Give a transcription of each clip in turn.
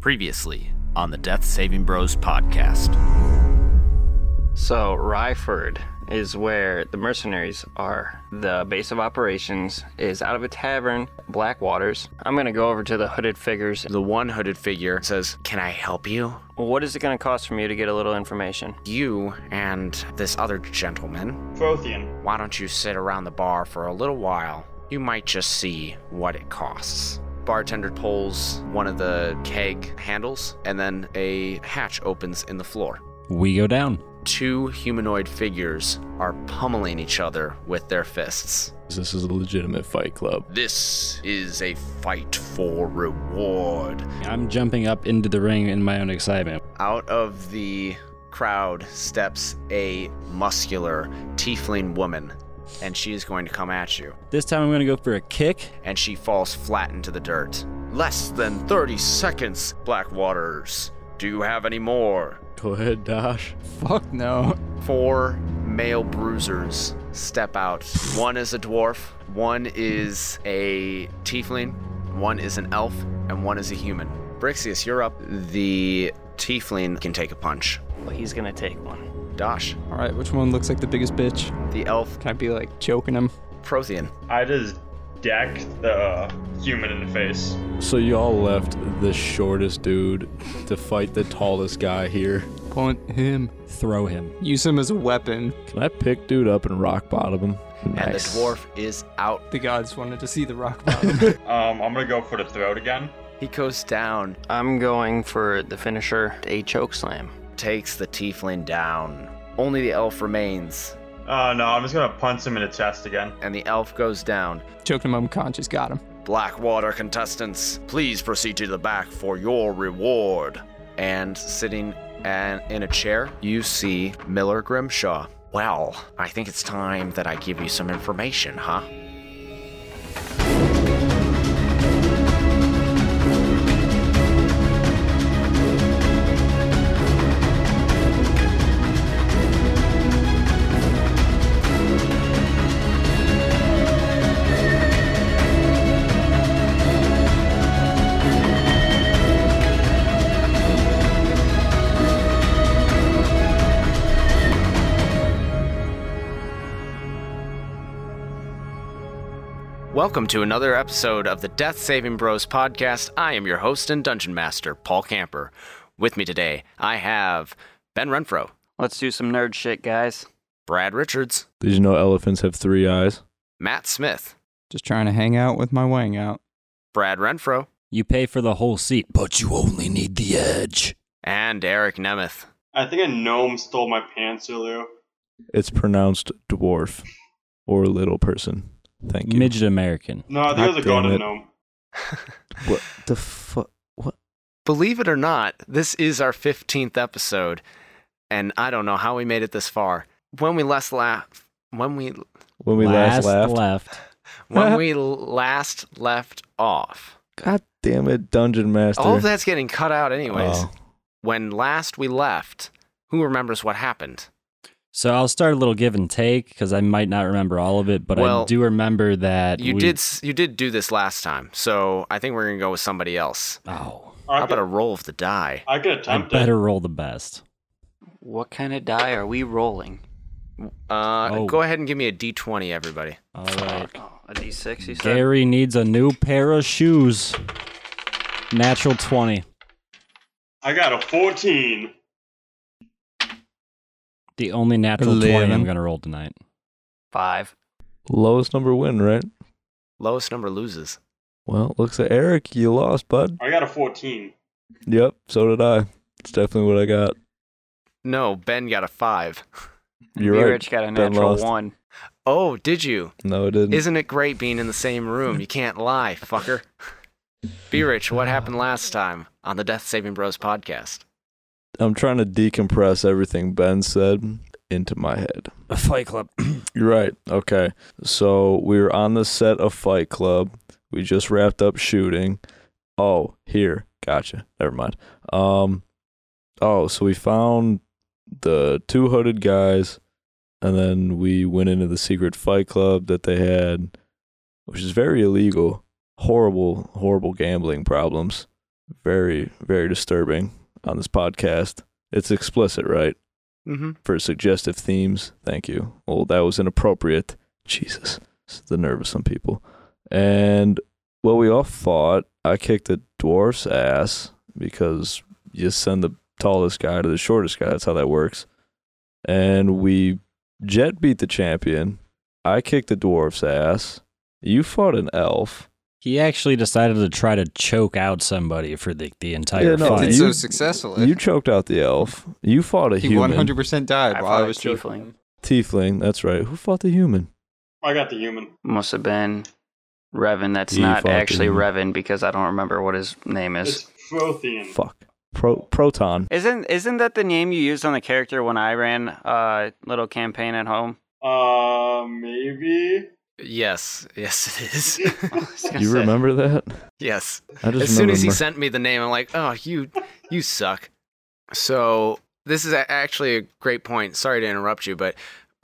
Previously on the Death Saving Bros podcast. So Ryford is where the mercenaries are. The base of operations is out of a tavern, Blackwaters. I'm gonna go over to the hooded figures. The one hooded figure says, Can I help you? What is it gonna cost for me to get a little information? You and this other gentleman, Prothean. why don't you sit around the bar for a little while? You might just see what it costs. Bartender pulls one of the keg handles, and then a hatch opens in the floor. We go down. Two humanoid figures are pummeling each other with their fists. This is a legitimate fight club. This is a fight for reward. I'm jumping up into the ring in my own excitement. Out of the crowd steps a muscular tiefling woman, and she is going to come at you. This time I'm going to go for a kick. And she falls flat into the dirt. Less than 30 seconds, Blackwaters. Do you have any more? Go ahead, Dash. Fuck no. Four male bruisers step out. One is a dwarf, one is a tiefling, one is an elf, and one is a human. Brixius, you're up. The tiefling can take a punch. Well, he's gonna take one. Dosh, All right, which one looks like the biggest bitch? the elf, Can I be like choking him? Prothean. I just deck the uh, human in the face. So y'all left the shortest dude to fight the tallest guy here. Punt him. Throw him. Use him as a weapon. Can I pick dude up and rock bottom him? And the dwarf is out. The gods wanted to see the rock bottom. Um, I'm gonna go for the throat again. He goes down, I'm going for the finisher, a choke slam. takes the tiefling down. Only the elf remains, Uh, no, I'm just gonna punch him in the chest again. and the elf goes down. Choked him unconscious. Got him. Blackwater contestants, please proceed to the back for your reward. And sitting an, in a chair, you see Miller Grimshaw. Well, I think it's time that I give you some information, huh? Welcome to another episode of the Death Saving Bros podcast. I am your host and dungeon master, Paul Camper. With me today, I have Ben Renfro, Let's do some nerd shit, guys. Brad Richards, Did you know elephants have three eyes? Matt Smith, Just trying to hang out with my wang out. Brad Renfro, You pay for the whole seat, but you only need the edge. and Eric Nemeth. I think a gnome stole my pants earlier. It's pronounced dwarf or little person. Thank you. Midget American. No, I think it was a God damn golden it. gnome. What the fuck? What? Believe it or not, this is our 15th episode, and I don't know how we made it this far. When we last laughed, when we When we last, laughed. left. when we last left off. God damn it, dungeon master. All of that's getting cut out anyways. Oh. When last we left, who remembers what happened? So I'll start a little give and take because I might not remember all of it, but Well, I do remember that You we- did s- you did do this last time, so I think we're gonna go with somebody else. Oh, I How about could, a roll of the die? I could I attempt better it. roll the best. What kind of die are we rolling? Uh, Oh. Go ahead and give me a d20, everybody. All right. Oh, a d6, you said? Gary needs a new pair of shoes. Natural twenty. I got a 14. The only natural twenty I'm Eleven. gonna roll tonight. Five. Lowest number win, right? Lowest number loses. Well, looks like Eric, you lost, bud. I got a 14. Yep, so did I. It's definitely what I got. No, Ben got a five. You're B right. Rich got a Ben natural lost. one. Oh, did you? No, it didn't. Isn't it great being in the same room? You can't lie, fucker. Be rich. What happened last time on the Death Saving Bros podcast? I'm trying to decompress everything Ben said into my head. A fight club. You're right. Okay. So we were on the set of Fight Club. We just wrapped up shooting. Oh, here. Gotcha. Never mind. Um Oh, so we found the two hooded guys and then we went into the secret fight club that they had, which is very illegal. Horrible, horrible gambling problems. very, very disturbing on this podcast. It's explicit, right? Mm-hmm. For suggestive themes. Thank you. Well, that was inappropriate. Jesus. It's the nerve of some people. And well, we all fought. I kicked the dwarf's ass because you send the tallest guy to the shortest guy. That's how that works. And we jet beat the champion. I kicked the dwarf's ass. You fought an elf. He actually decided to try to choke out somebody for the, the entire Yeah, fight. no, you- Oh, You, Did so, so successfully. You choked out the elf. You fought a he human. 100% died I while I fought a was choking tiefling. him. Tiefling, that's right. Who fought the human? I got the human. Must have been Revan. That's You not actually fucking- Revan because I don't remember what his name is. It's Frothian. Fuck. Pro- Proton. Isn't isn't that the name you used on the character when I ran a little campaign at home? Uh, maybe. Yes, yes, it is. I was gonna You say- remember that? yes. I just as soon remember as he Mer- sent me the name, I'm like, oh, you, you suck. So this is a- actually a great point. Sorry to interrupt you, but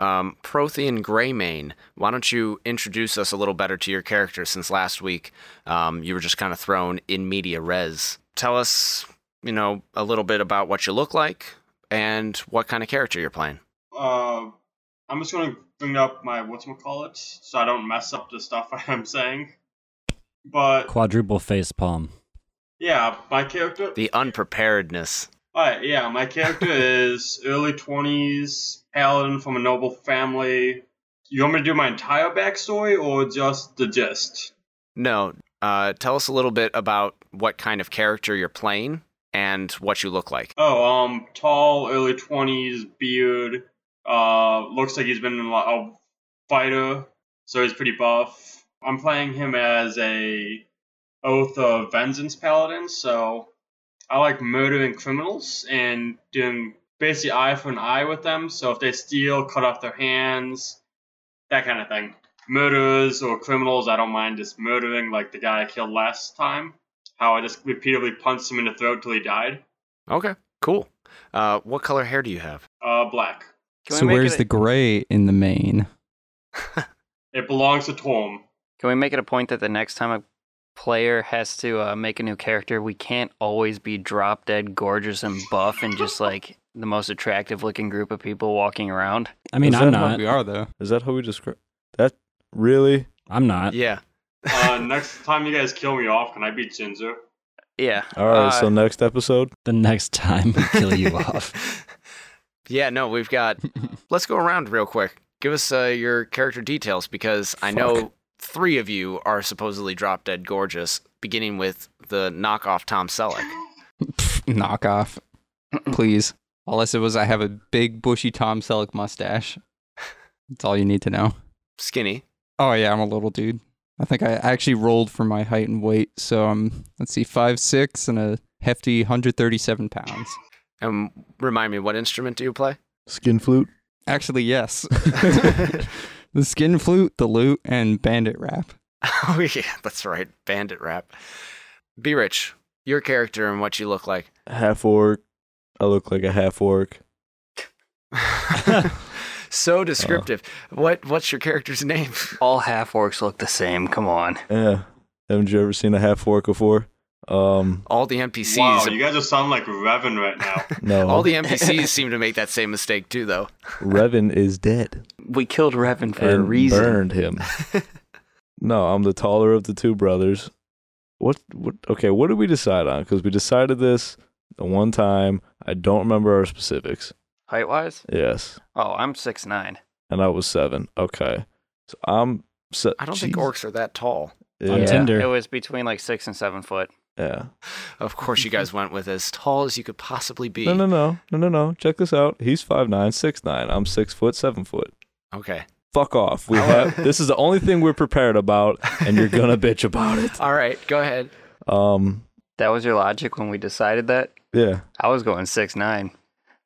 um, Prothean Greymane, why don't you introduce us a little better to your character? Since last week, um, you were just kind of thrown in media res. Tell us, you know, a little bit about what you look like and what kind of character you're playing. Uh, I'm just gonna bring up my whatchamacallit so I don't mess up the stuff I'm saying. But Quadruple face palm. yeah, my character. The unpreparedness. Alright, yeah, my character is early 20s, paladin from a noble family. You want me to do my entire backstory or just the gist? No, uh, tell us a little bit about what kind of character you're playing and what you look like. Oh, um, tall, early 20s, beard. Uh, looks like he's been in a lot of fighter, so he's pretty buff. I'm playing him as a Oath of Vengeance paladin, so I like murdering criminals and doing basically eye for an eye with them. So if they steal, cut off their hands, that kind of thing. Murderers or criminals, I don't mind just murdering, like the guy I killed last time. How I just repeatedly punched him in the throat till he died. Okay, cool. Uh, what color hair do you have? Uh, black. Can we So make where's it the a, gray in the main? It belongs to Torm. Can we make it a point that the next time a player has to uh, make a new character, we can't always be drop dead gorgeous and buff and just like the most attractive looking group of people walking around? I mean, Is I'm that how not. We are though. Is that how we describe that? Really? I'm not. Yeah. Uh, next time you guys kill me off, can I be Ginger? Yeah. All right. Uh, so next episode. The next time we kill you off. yeah, no, we've got. Let's go around real quick. Give us uh, your character details because I know three of you are supposedly drop dead gorgeous, beginning with the knockoff Tom Selleck. Knock off, please. All I said was I have a big bushy Tom Selleck mustache. That's all you need to know. Skinny. Oh yeah, I'm a little dude. I think I actually rolled for my height and weight, so I'm let's see, five six and a hefty 137 pounds. And remind me, what instrument do you play? Skin flute. Actually, yes. the skin flute, the lute, and bandit rap. oh, yeah, that's right. Bandit rap. Be Rich, your character and what you look like. Half orc. I look like a half orc. so descriptive. Oh. What What's your character's name? All half orcs look the same. Come on. Yeah. Haven't you ever seen a half orc before? Um. All the NPCs. Wow, you guys just sound like Revan right now. No. All the NPCs seem to make that same mistake too, though. Revan is dead. We killed Revan for a and reason. burned him. no, I'm the taller of the two brothers. What? What? Okay, what did we decide on? Because we decided this the one time. I don't remember our specifics. Height wise? Yes, Oh, I'm six nine. and I was seven. Okay, so I'm. Se- I don't think Jeez. orcs are that tall. Yeah, On Tinder. It was between like six and seven foot. Yeah. Of course, you guys went with as tall as you could possibly be. No, no, no, no, no, no. Check this out. He's five nine, six nine. I'm six foot, seven foot. Okay. Fuck off. We have. this is the only thing we're prepared about, and you're gonna bitch about it. All right. Go ahead. Um. That was your logic when we decided that. Yeah. I was going six nine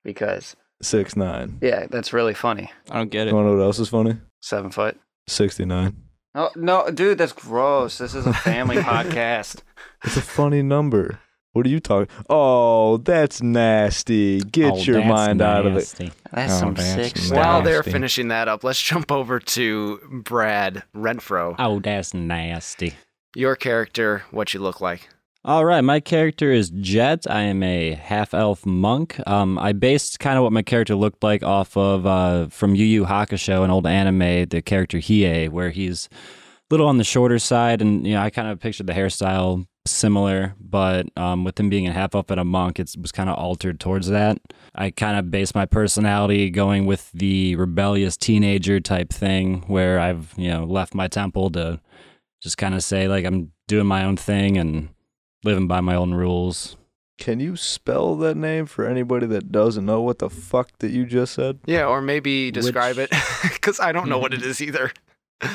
because Six nine. yeah, that's really funny. I don't get You it. wanna know what else is funny? Seven foot. Sixty nine. Oh no, dude, that's gross. This is a family podcast. It's a funny number. What are you talking? Oh, that's nasty. Get Oh, your that's mind out of it. nasty. That's Oh, some that's six. nasty. While they're Nasty. finishing that up, let's jump over to Brad Renfro. Oh, that's nasty. Your character, what you look like. All right, my character is Jet. I am a half elf monk. Um, I based kind of what my character looked like off of uh, from Yu Yu Hakusho, an old anime, the character Hiei, where he's a little on the shorter side, and you know, I kind of pictured the hairstyle similar, but um, with him being a half elf and a monk, it was kind of altered towards that. I kind of based my personality going with the rebellious teenager type thing, where I've you know left my temple to just kind of say like I'm doing my own thing and living by my own rules. Can you spell that name for anybody that doesn't know what the fuck that you just said? Yeah, or maybe describe Which- it because I don't know what it is either. The-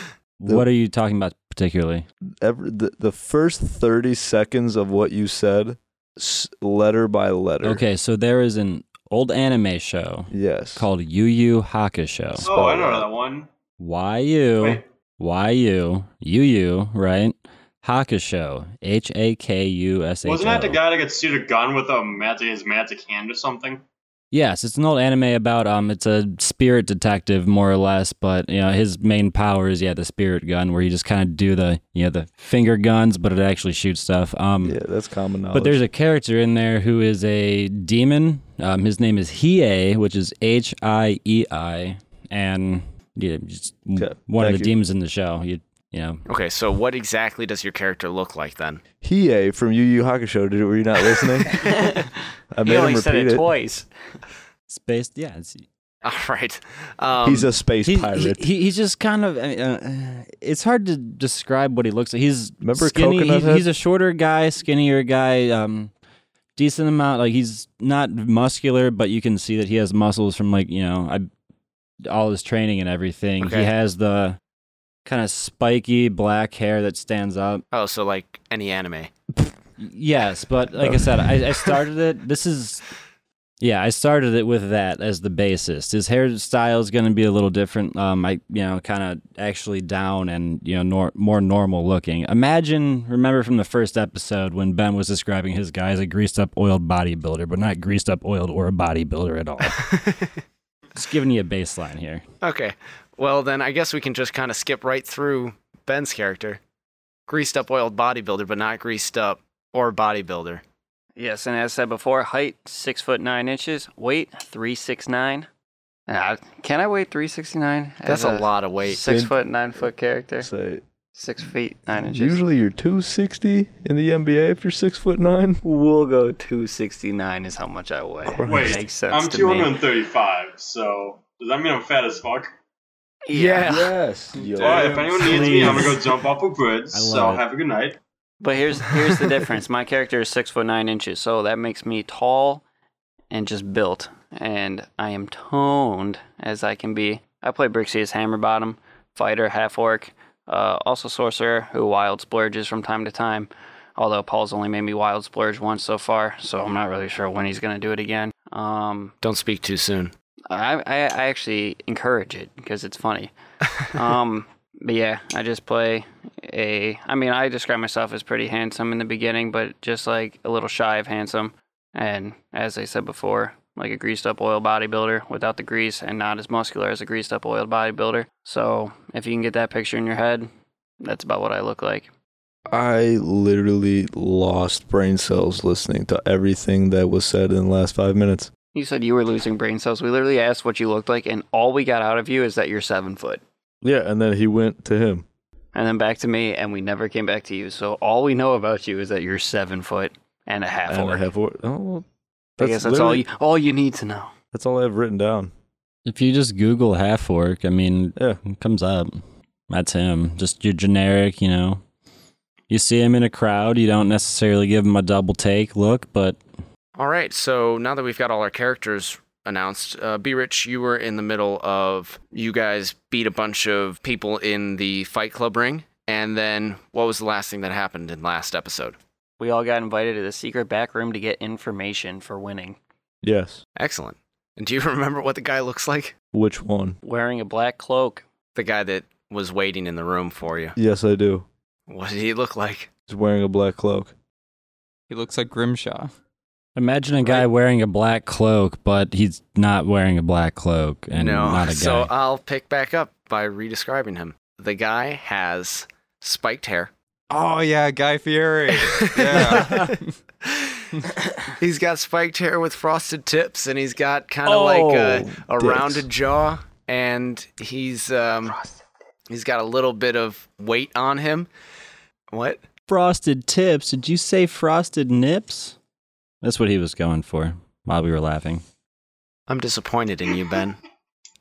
what are you talking about particularly? Every, the, the first 30 seconds of what you said, s- letter by letter. Okay, so there is an old anime show Yes. called Yu Yu Hakusho. Oh, I know that one. YU Wait. YU Yu Yu, right? Hakusho. H A K U S H O. Wasn't that the guy that got sued a gun with a magic his magic hand or something? Yes, it's an old anime about um, it's a spirit detective more or less, but you know his main power is yeah the spirit gun where you just kind of do the you know the finger guns, but it actually shoots stuff. Um, Yeah, Oh, that's common knowledge. but there's a character in there who is a demon. Um, his name is Hiei, which is H I E I, and yeah, just Okay, one of the thank you. demons in the show. You you know Okay, so what exactly does your character look like then? Hiei from Yu Yu Hakusho. Did, were you not listening? I made you him only repeat said it, it. twice. space. Yeah, it's, All right. Um, He's a space he's, pirate. He, he- he's just kind of. I mean, uh, it's hard to describe what he looks like. He's Remember skinny. Coconut he's, Head? he's a shorter guy, skinnier guy. Um, decent amount. Like he's not muscular, but you can see that he has muscles from like you know I, all his training and everything. Okay. He has the kind of spiky black hair that stands up. oh, so like any anime. Yes, but like I said, I, I started it. This is, yeah, I started it with that as the basis. His hairstyle is going to be a little different. Um, I you know kind of actually down and you know nor- more normal looking. Imagine, remember from the first episode when Ben was describing his guy as a greased up oiled bodybuilder, but not greased up oiled or a bodybuilder at all. Just giving you a baseline here. Okay. Well, then I guess we can just kind of skip right through Ben's character. Greased up oiled bodybuilder, but not greased up or bodybuilder. Yes, and as said before, height six foot nine inches, weight three six nine. Uh, can I weigh three sixty nine? That's a, lot of weight. Six Then- foot nine foot character, Say, six feet nine inches. usually you're 260 in the NBA if you're six foot nine. we'll go two sixty nine is how much I weigh. Wait, makes sense I'm to me. 235, so does that mean I'm fat as fuck? Yeah. Yes. All right, if anyone needs me, I'm gonna go jump off a bridge. I love So it. have a good night. But here's here's the difference. My character is six foot nine inches, so that makes me tall and just built, and I am toned as I can be. I play Brixie as Hammerbottom, fighter, half orc, uh, also sorcerer who wild splurges from time to time. Although Paul's only made me wild splurge once so far, so I'm not really sure when he's gonna do it again. Um, Don't speak too soon. I, I, I actually encourage it because it's funny. um, but yeah, I just play a. I mean, I describe myself as pretty handsome in the beginning, but just like a little shy of handsome. And as I said before, like a greased up oil bodybuilder without the grease and not as muscular as a greased up oiled bodybuilder. So if you can get that picture in your head, that's about what I look like. I literally lost brain cells listening to everything that was said in the last five minutes. You said you were losing brain cells. We literally asked what you looked like, and all we got out of you is that you're seven foot. Yeah, and then he went to him. and then back to me, and we never came back to you. So all we know about you is that you're seven foot and a half and orc. I have or- oh, well, I guess that's all literally- you all you need to know. That's all I have written down. If you just Google half orc, I mean, Yeah. It comes up. That's him. Just your generic, you know. You see him in a crowd, you don't necessarily give him a double take look, but All right. So now that we've got all our characters announced, uh, B Rich, you were in the middle of you guys beat a bunch of people in the Fight Club ring, and then what was the last thing that happened in last episode? We all got invited to the secret back room to get information for winning. Yes. Excellent. And do you remember what the guy looks like? Which one? Wearing a black cloak, The guy that was waiting in the room for you. Yes, I do. What did he look like? He's wearing a black cloak. He looks like Grimshaw. imagine a guy Right. wearing a black cloak, but he's not wearing a black cloak and no. not a guy. So uh, I'll pick back up by redescribing him. The guy has spiked hair, Oh yeah, Guy Fieri. Yeah. he's got spiked hair with frosted tips, and he's got kind of Oh, like a, a dicks. rounded jaw, and he's um, he's got a little bit of weight on him. What? Frosted tips. Did you say frosted nips? That's what he was going for while we were laughing. I'm disappointed in you, Ben.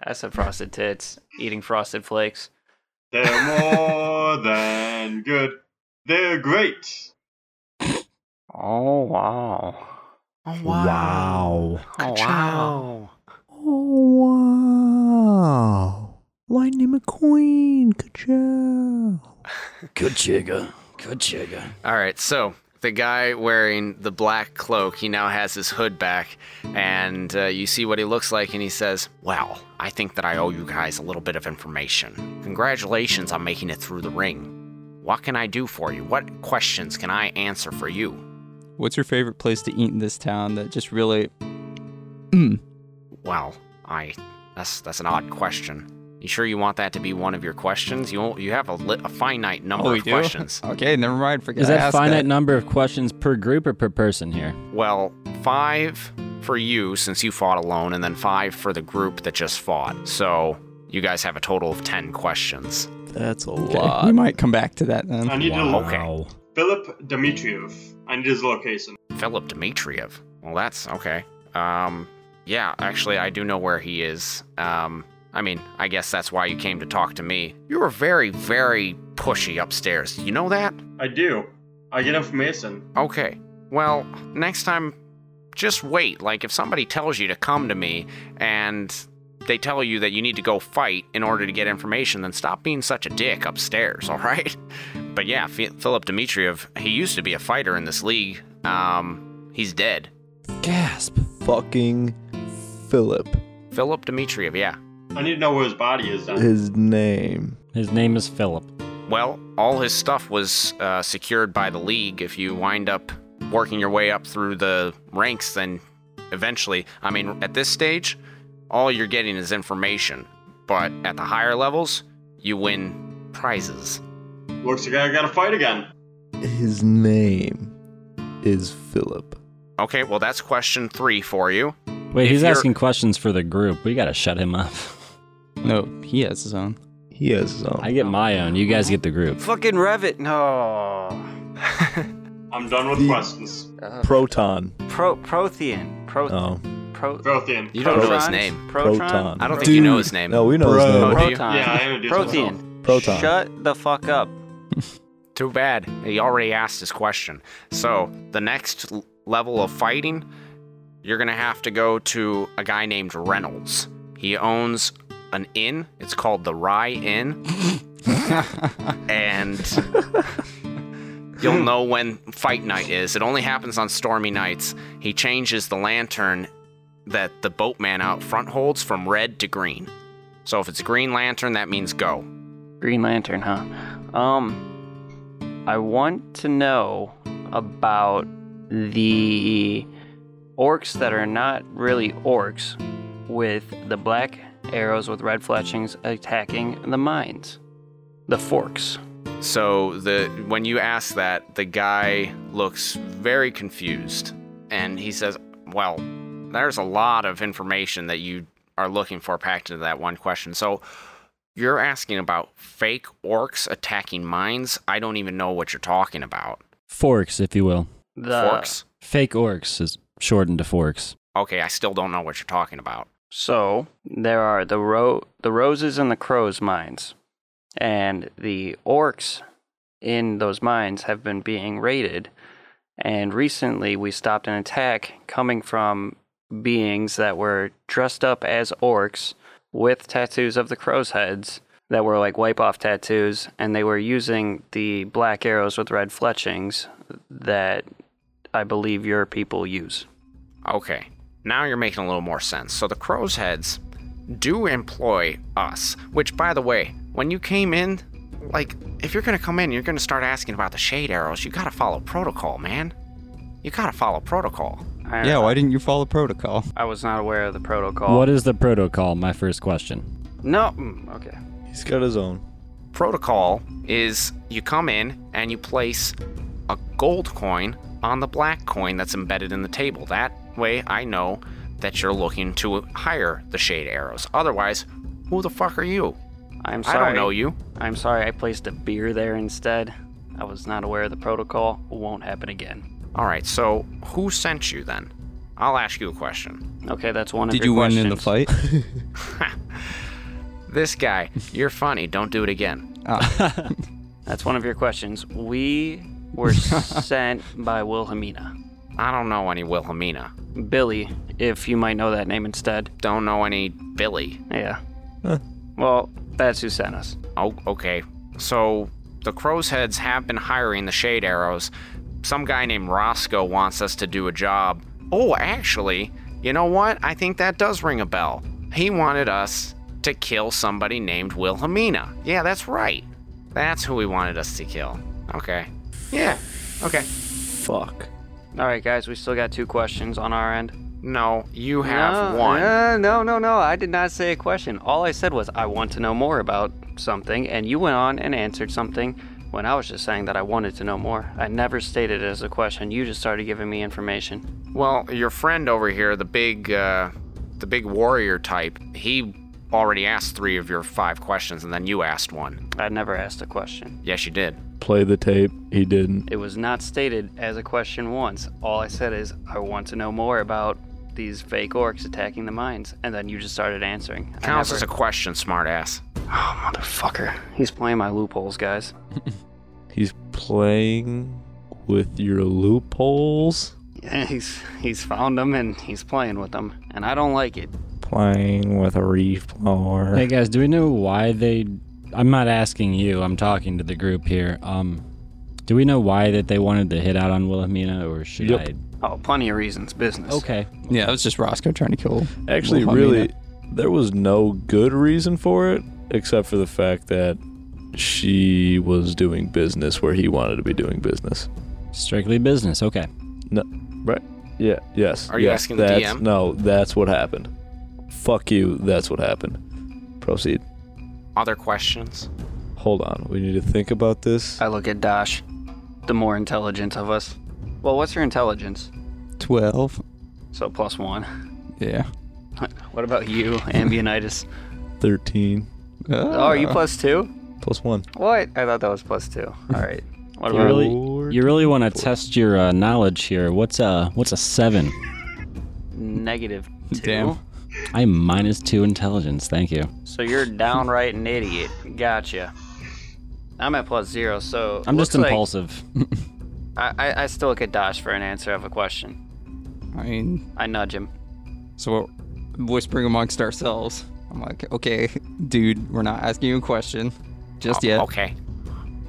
I said frosted tits, eating frosted flakes. They're more than good. They're great. Oh wow! Oh wow! Oh wow! Wow! Oh wow! Lightning McQueen, good job. Good chigga. Good chigga. All right, so the guy wearing the black cloak, he now has his hood back, and uh, you see what he looks like, and he says, Well, I think that I owe you guys a little bit of information. Congratulations on making it through the ring. What can I do for you? What questions can I answer for you? What's your favorite place to eat in this town that just really Hmm. Well, I. That's, that's an odd question. You sure you want that to be one of your questions? You, you have a, li- a finite number Oh, we of do? questions. Okay, never mind. Forget Is I that asked finite number of questions per group or per person here? Well, five for you since you fought alone, and then five for the group that just fought. So you guys have a total of 10 questions. That's a Okay, We might come back to that I then. need to look. Wow. Philip Dmitriev. I need his location. Philip Dmitriev. Well, that's okay. Um, yeah, actually, I do know where he is. Um, I mean, I guess that's why you came to talk to me. You were very, very pushy upstairs. You know that? I do. I get information. Okay. Well, next time, just wait. Like, if somebody tells you to come to me and they tell you that you need to go fight in order to get information, then stop being such a dick upstairs, all right? But yeah, F- Philip Dmitriev, he used to be a fighter in this league. Um, he's dead. Gasp. Fucking Philip, Philip Dmitriev, yeah. I need to know where his body is then. his name. His name is Philip. Well, all his stuff was uh, secured by the league. If you wind up working your way up through the ranks, then eventually, I mean, at this stage, all you're getting is information. But at the higher levels, you win prizes. Looks like I gotta fight again. His name is Philip. Okay, well, that's question three for you. Wait, If he's you're- asking questions for the group. We gotta shut him up. No, he has his own. He has his own. I get my own. You guys get the group. Fucking Revit. No. I'm done with The- questions. Uh, Proton. Pro Prothean. Pro. Oh, pro Prothean. You don't know his Protrons? name. Proton. Protron? I don't think you know his name. No, we know Bro. his name. do you? Proton. Yeah, I introduced myself. Prothean. Proton. Shut the fuck up. Too bad. He already asked his question. So, the next l- level of fighting, you're going to have to go to a guy named Reynolds. He owns an inn. It's called the Rye Inn. and you'll know when fight night is. It only happens on stormy nights. He changes the lantern that the boatman out front holds from red to green. So, if it's green lantern, that means go. Green Lantern, huh? Um, I want to know about the orcs that are not really orcs with the black arrows with red fletchings attacking the mines. The forks. So the when you ask that, the guy looks very confused and he says, "Well, there's a lot of information that you are looking for packed into that one question. So you're asking about fake orcs attacking mines? I don't even know what you're talking about. Forks, if you will. The Forks? Fake orcs is shortened to forks. Okay, I still don't know what you're talking about. So there are the ro- the roses and the crows mines, and the orcs in those mines have been being raided. And recently, we stopped an attack coming from beings that were dressed up as orcs with tattoos of the crows' heads that were like wipe off tattoos, and they were using the black arrows with red fletchings that I believe your people use. Okay, now you're making a little more sense. So the crow's heads do employ us, which, by the way, when you came in, like, if you're gonna come in, you're gonna start asking about the shade arrows. You gotta follow protocol, man. You gotta follow protocol. I, Yeah, why didn't you follow protocol? I was not aware of the Oh. protocol. What is the protocol? My first question. No. mm, Okay. He's got his own. protocol is you come in and you place a gold coin on the black coin that's embedded in the table. That way I know that you're looking to hire the shade arrows. Otherwise, who the fuck are you? I'm I sorry. don't know you. I'm sorry. I placed a beer there instead. I was not aware of the protocol. Won't happen again. All right, so who sent you then? I'll ask you a question. Okay, that's one of Did your you win in the questions. fight? This guy, you're funny. Don't do it again. That's one of your questions. We were sent by Wilhelmina. I don't know any Wilhelmina. Billy, if you might know that name instead. Don't know any Billy. Yeah. Well, that's who sent us. Oh, okay. So the crow's heads have been hiring the shade arrows. Some guy named Roscoe wants us to do a job. Oh, actually, you know what? I think that does ring a bell. He wanted us to kill somebody named Wilhelmina. Yeah, that's right. That's who he wanted us to kill. Okay. Yeah. Okay. Fuck. All right, guys, we still got two questions on our end. No, you have No, one. uh, no, no, no. I did not say a question. All I said was I want to know more about something, and you went on and answered something when I was just saying that I wanted to know more. I never stated it as a question. You just started giving me information. Well, your friend over here, the big, uh, the big warrior type, he already asked three of your five questions, and then you asked one. I never asked a question. Yes, you did. Play the tape. He didn't. It was not stated as a question once. All I said is I want to know more about these fake orcs attacking the mines, and then you just started answering. I Counts never- as a question, smartass. Motherfucker. He's playing my loopholes, guys. He's playing with your loopholes. Yeah, he's he's found them and he's playing with them, and I don't like it. Playing with a reef blower. Hey guys, do we know why they? I'm not asking you. I'm talking to the group here. Um, do we know why that they wanted to hit out on Wilhelmina, or should Yep. I? Oh, plenty of reasons. Business. Okay. yeah, it was just Roscoe trying to kill. Actually, Wilhelmina. really, there was no good reason for it except for the fact that she was doing business where he wanted to be doing business. Strictly business. Okay. No, right? Yeah. Yes. Are you yes, asking the that's- DM? No, that's what happened. Fuck you. That's what happened. Proceed. Other questions? Hold on. We need to think about this. Uh, I look at Dash, the more intelligent of us. Well, what's your intelligence? 12. So plus one. Yeah. What about you, Ambionitis? Thirteen oh, are you plus two? plus one. What? I thought that was plus two. All right. What You about really, you really want to test your uh, knowledge here. What's a what's a seven? negative two? Damn. I'm minus two intelligence. Thank you. So you're downright an idiot. Gotcha. I'm at plus zero, so I'm looks just like- impulsive. I, I I still look at Dash for an answer of a question. I mean, I nudge him. so we're whispering amongst ourselves. I'm like, okay, dude, we're not asking you a question just yet. Okay.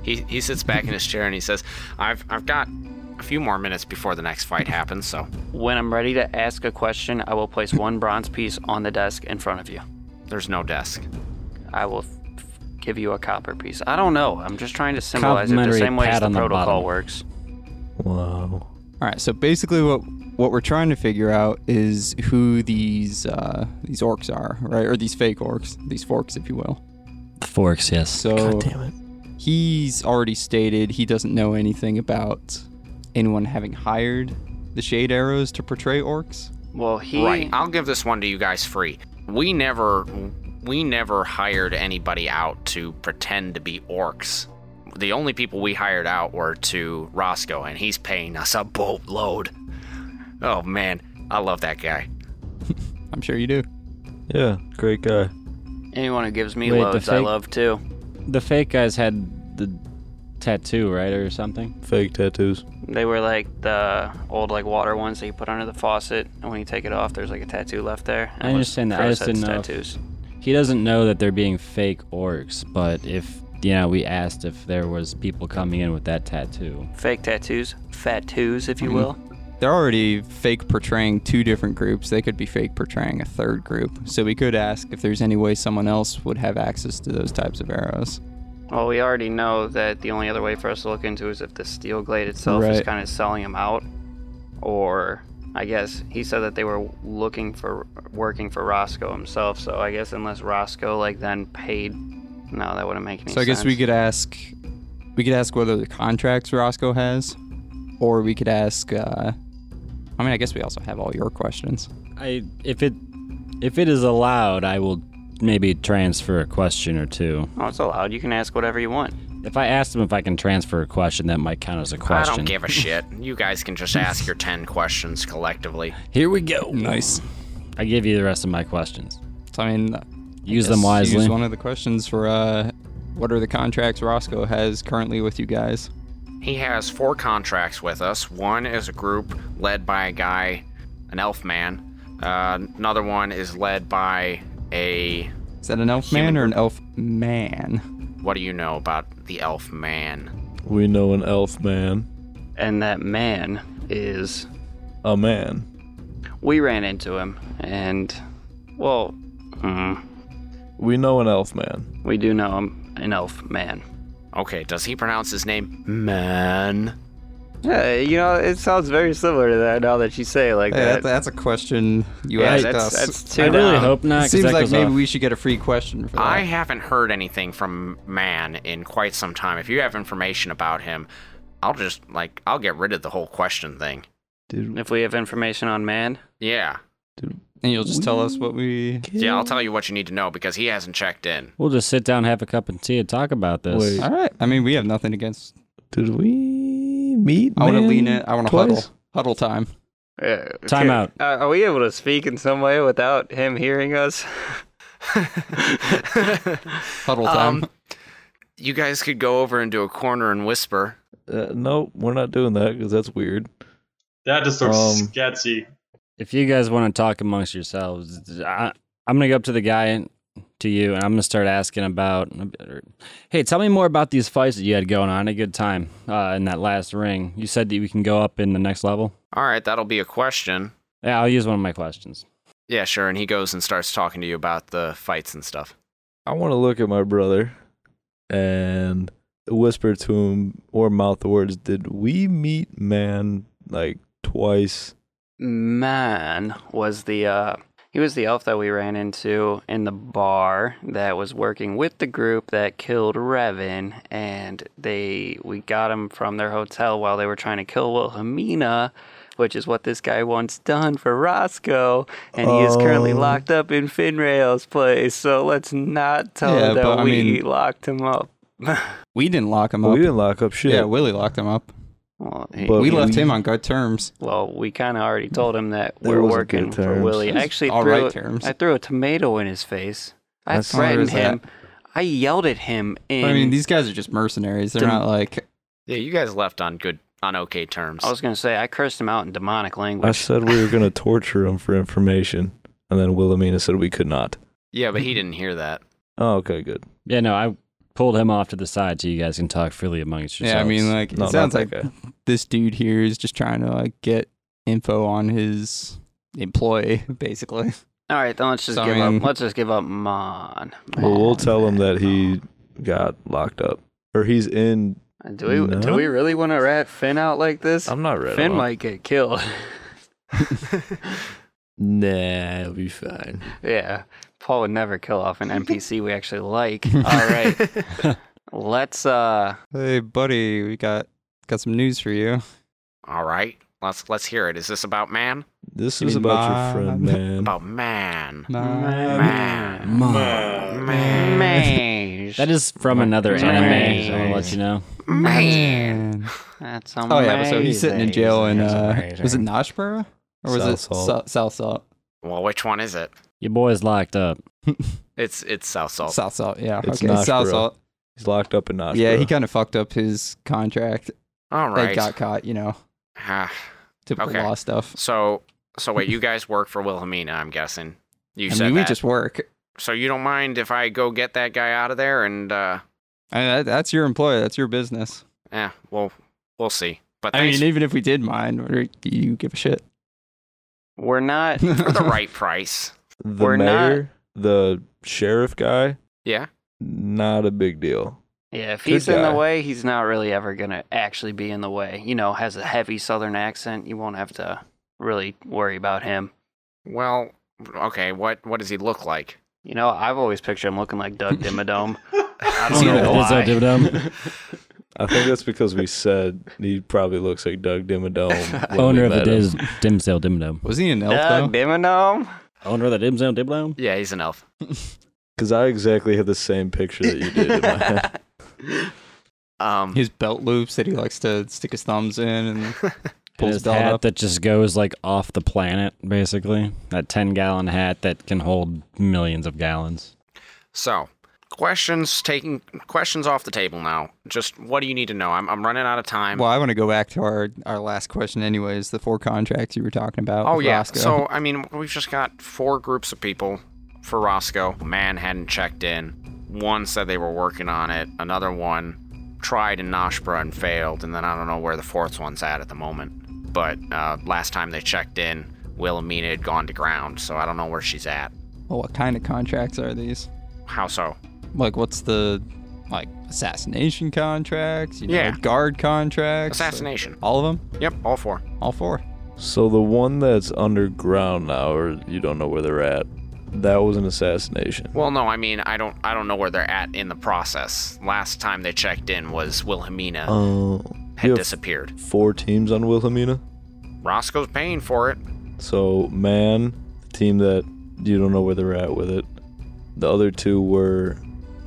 He, he sits back in his chair and he says, I've, I've got a few more minutes before the next fight happens, so. When I'm ready to ask a question, I will place one bronze piece on the desk in front of you. There's no desk. I will f- give you a copper piece. I don't know. I'm just trying to symbolize it the Complimentary same way as pat the on the protocol bottom. works. Wow. All right. So basically, what what we're trying to figure out is who these uh, these orcs are, right? Or these fake orcs, these forks, if you will. Forks. Yes. So he's already stated he doesn't know anything about anyone having hired the Shade Arrows to portray orcs. Well, he Right. I'll give this one to you guys free. We never we never hired anybody out to pretend to be orcs. The only people we hired out were to Roscoe, and he's paying us a boatload. Oh man, I love that guy. I'm sure you do. Yeah. Great guy. anyone who gives me Wait, the loads, I fake- love too. the fake guys had the tattoo, right, or something. Fake tattoos. They were like the old like water ones that you put under the faucet, and when you take it off, there's like a tattoo left there. I understand that. I Crow's just didn't heads know if- tattoos. He doesn't know that they're being fake orcs, but if you know, we asked if there was people coming in with that tattoo. Fake tattoos, fat twos, if you Mm-hmm. will. They're already fake portraying two different groups. They could be fake portraying a third group. So we could ask if there's any way someone else would have access to those types of arrows. Well, we already know that the only other way for us to look into is if the steel glade itself is Right. kind of selling them out, or I guess he said that they were looking for working for Roscoe himself. So I guess unless Roscoe like then paid No, that wouldn't make any sense. So I guess we could ask, we could ask whether the contracts Roscoe has, or we could ask. Uh, I mean, I guess we also have all your questions. I if it if it is allowed, I will maybe transfer a question or two. Oh, it's allowed. You can ask whatever you want. If I asked him if I can transfer a question, that might count as a question. I don't give a shit. You guys can just ask your 10 questions collectively. Here we go. Nice. I give you the rest of my questions. So I mean, I Use guess them wisely. Use one of the questions for uh, what are the contracts Roscoe has currently with you guys? He has four contracts with us. One is a group led by a guy, an elf man. Uh, another one is led by a. Is that an elf man or an elf man? What do you know about the elf man? We know an elf man, And that man is. a man. We ran into him, and well, hmm, We know an elf man. we do know him, an elf man. Okay, does he pronounce his name man? Yeah, you know, it sounds very similar to that now that you say it like Hey, that, that's a question you Yeah, asked that's, us. that's too I really down. hope not. it 'cause seems that like goes maybe off. we should get a free question for that. I haven't heard anything from man in quite some time. If you have information about him, I'll just, like, I'll get rid of the whole question thing. Did, If we have information on man, Yeah. did and you'll just tell us what we. Yeah, I'll tell you what you need to know because he hasn't checked in. We'll just sit down, have a cup of tea, and talk about this. Wait. All right. I mean, we have nothing against. did we meet? I want to man lean in. I want to twice? huddle. Huddle time. uh, Time out. Uh, are we able to speak in some way without him hearing us? Huddle time. Um, you guys could go over into a corner and whisper. Uh, no, we're not doing that because that's weird. That just looks Um, sketchy. If you guys want to talk amongst yourselves, I, I'm gonna go up to the guy and to you, and I'm gonna start asking about. Hey, tell me more about these fights that you had going on. A good time uh, in that last ring. You said that we can go up in the next level. All right, that'll be a question. Yeah, I'll use one of my questions. Yeah, sure. And he goes and starts talking to you about the fights and stuff. I want to look at my brother and whisper to him or mouth the words, Did we meet man like twice? Man was the uh he was the elf that we ran into in the bar that was working with the group that killed Revan and they we got him from their hotel while they were trying to kill Wilhelmina which is what this guy once done for Roscoe and he is currently Oh. locked up in Finrail's place so let's not tell Yeah, her that but I we mean- locked him up we didn't lock him Well, up. we didn't lock up shit. yeah, Willie locked him up. well, he- But we we- left him on good terms. Well, we kind of already told him that There we're wasn't working good for terms. Willie. I actually All threw, right terms. I threw a tomato in his face. I That's- threatened Where is him. I yelled at him. In, I mean, these guys are just mercenaries. They're Dem- not like. Yeah, you guys left on good, on okay terms. I Oh. was gonna say I cursed him out in demonic language. I said we were going to torture him for information. And then Wilhelmina said we could not. yeah, but he didn't hear that. Oh, okay, good. Yeah, no, I pulled him off to the side so you guys can talk freely amongst yourselves. Yeah, I mean, like No, it sounds not like that this dude here is just trying to like get info on his employee, basically. All right, then let's just So, I give mean- up. Let's just give up, Mon. Well, we'll Mon, tell him Mon, that he got locked up. Or he's in. Mon. Do we do No? we really want to rat Finn out like this? I'm not ready. Finn might get killed. Nah, it'll be fine. yeah, Paul would never kill off an NPC we actually like. All right, let's uh. Hey, buddy, we got got some news for you. All right, let's let's hear it. Is this about man? This You is mean about your friend, mine? man. About man? Uh, Man. Man. Man. Mange. that is from another Amazing. anime. so I'll let you know. man. That's amazing. Oh yeah, but so he's sitting in jail in uh, was it amazing. Notchboro or was South it Salt. Sou- South Salt? Well, which one is it? Your boy's locked up. It's it's South Salt. South Salt, yeah. It's okay, South Notchboro. Salt. He's locked up in Notch. Yeah, he got. kind of fucked up his contract. All They right. got caught, you know, Ah, typical Okay. law stuff. so so wait, you guys work for Wilhelmina? I'm guessing. You I said mean, we that. just work. So you don't mind if I go get that guy out of there and uh I mean, that, that's your employer. That's your business. eh, well we'll see. But I thanks mean, even if we did mind, do you give a shit? We're not. for the right price. the We're not- mayor, the sheriff guy, Yeah. not a big deal. Yeah, if Good he's in guy. the way, he's not really ever gonna actually be in the way. You know, has a heavy Southern accent. You won't have to really worry about him. Well, okay, what what does he look like? You know, I've always pictured him looking like Doug Dimmadome. I don't See you know later, Lizzo why. Dimmadome, I think that's because we said he probably looks like Doug Dimmadome. when we owner of the met him. Diz Dimsdale Dimmadome. Was he an elf Doug though? Dimmadome? Owner of the Dimsdale Dimmadome. Yeah, he's an elf. Because I exactly had the same picture that you did in my head. Um, His belt loops that he likes to stick his thumbs in and And pulls his belt hat up. that just goes like off the planet, basically. That ten gallon hat that can hold millions of gallons. so questions taking questions off the table now. Just what do you need to know? I'm, I'm running out of time. Well, I want to go back to our, our last question, anyways. The four contracts you were talking about. Oh with yeah. Roscoe. So I mean, we've just got four groups of people for Roscoe. Man hadn't checked in. One said they were working on it. Another one tried in Noshbra and failed. And then I don't know where the fourth one's at at the moment. But uh, last time they checked in, Wilhelmina had gone to ground, so I don't know where she's at. well, what kind of contracts are these? How so? Like, what's the like assassination contracts? You know, Yeah. guard contracts. like, Assassination. all of them. Yep, all four. All four. So the one that's underground now, or you don't know where they're at, that was an assassination. Well, no, I mean, I don't, I don't know where they're at in the process. Last time they checked in was Wilhelmina Um, Oh, had you have disappeared. four teams on Wilhelmina. Roscoe's paying for it. So man, the team that you don't know where they're at with it. The other two were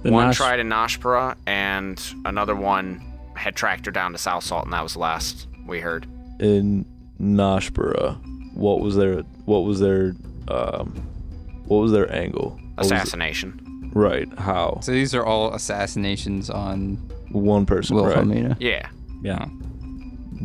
The one Nosh- tried in Nashpura, and another one had tracked her down to South Salt, and that was the last we heard. Oh, in Nashborough. What was their what was their um what was their angle? What was it- Assassination. Right. How? So these are all assassinations on One person. Right. Wilhelmina. Yeah. Yeah.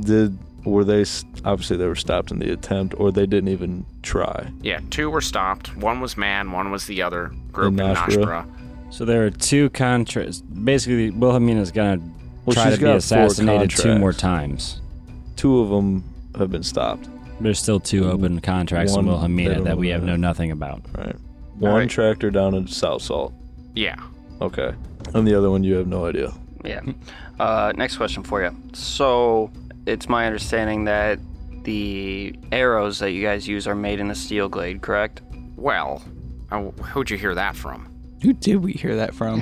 Did were they s- obviously they were stopped in the attempt or they didn't even try? Yeah. Two were stopped. One was man, one was the other group In in Nashborough? Nashpura. So there are two contracts. Basically, Wilhelmina's gonna Well, try she's to be got four assassinated two contracts. more times. Two of them have been stopped. There's still two open contracts One in they Wilhelmina don't that we know have about. know nothing about. Right. One Alright. tracked her down in South Salt. Yeah. Okay. And the other one you have no idea. Yeah. Uh, next question for you. So, it's my understanding that the arrows that you guys use are made in the steel glade, correct? Well, uh, who'd you hear that from? Who did we hear that from?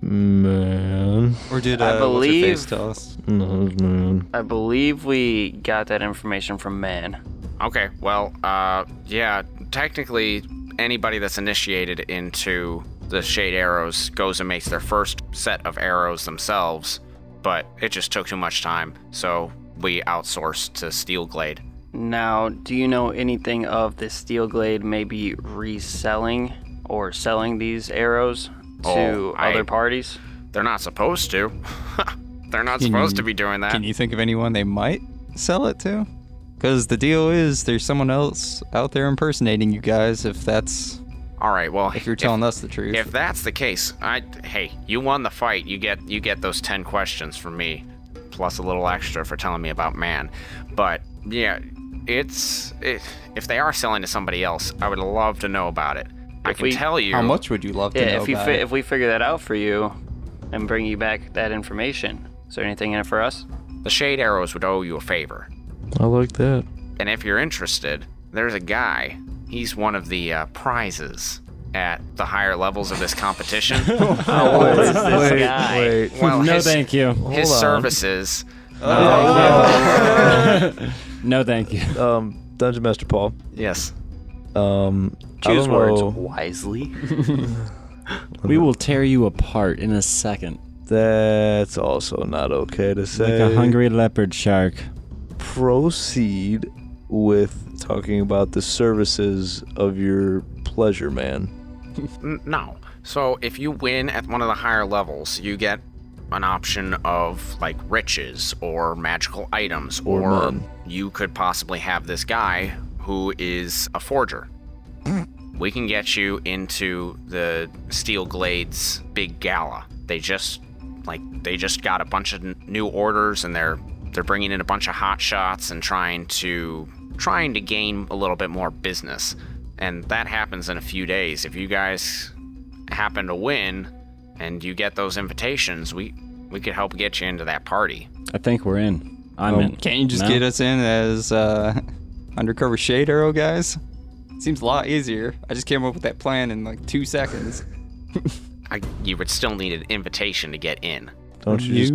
Man. Or did I uh, what's-her-face believe- tell us? man. I believe we got that information from man. Okay. Well, uh, yeah. Technically, anybody that's initiated into the Shade Arrows goes and makes their first set of arrows themselves, but it just took too much time, so we outsourced to Steel Glade. Now, do you know anything of the steel glade maybe reselling or selling these arrows to Oh, I- other parties? They're not supposed to. They're not supposed to be doing that. Can you think of anyone they might sell it to? Because the deal is, there's someone else out there impersonating you guys. If that's All right. Well, if you're telling us the truth, if that's the case, I hey, you won the fight. You get you get those 10 questions from me plus a little extra for telling me about man. But yeah, it's it, if they are selling to somebody else, I would love to know about it. I If can we- tell you how much would you love to Yeah, know if, you about fi- it? if we figure that out for you and bring you back that information, is there anything in it for us? the shade arrows would owe you a favor. I like that. And if you're interested, there's a guy. He's one of the uh, prizes at the higher levels of this competition. wait, wait. well, no, his, thank you. his Hold on. services. No, thank you. Um, Dungeon Master Paul. Yes. Um, I Choose don't words Oh. know wisely. We will tear you apart in a second, That's also not okay to like say. a hungry leopard shark. Proceed with talking about the services of your pleasure man. N- No. So if you win at one of the higher levels, you get an option of like riches or magical items, Or or, men. you could possibly have this guy who is a forger. we can get you into the Steel Glades big gala. They just like they just got a bunch of n- new orders and they're they're bringing in a bunch of hot shots and trying to trying to gain a little bit more business. And that happens in a few days. If you guys happen to win and you get those invitations, we we could help get you into that party. I think we're in. I'm in. Oh. Can't you just No? get us in as uh, undercover shade arrow guys? Seems a lot easier. I just came up with that plan in like two seconds. I, you would still need an invitation to get in. Don't you? Just,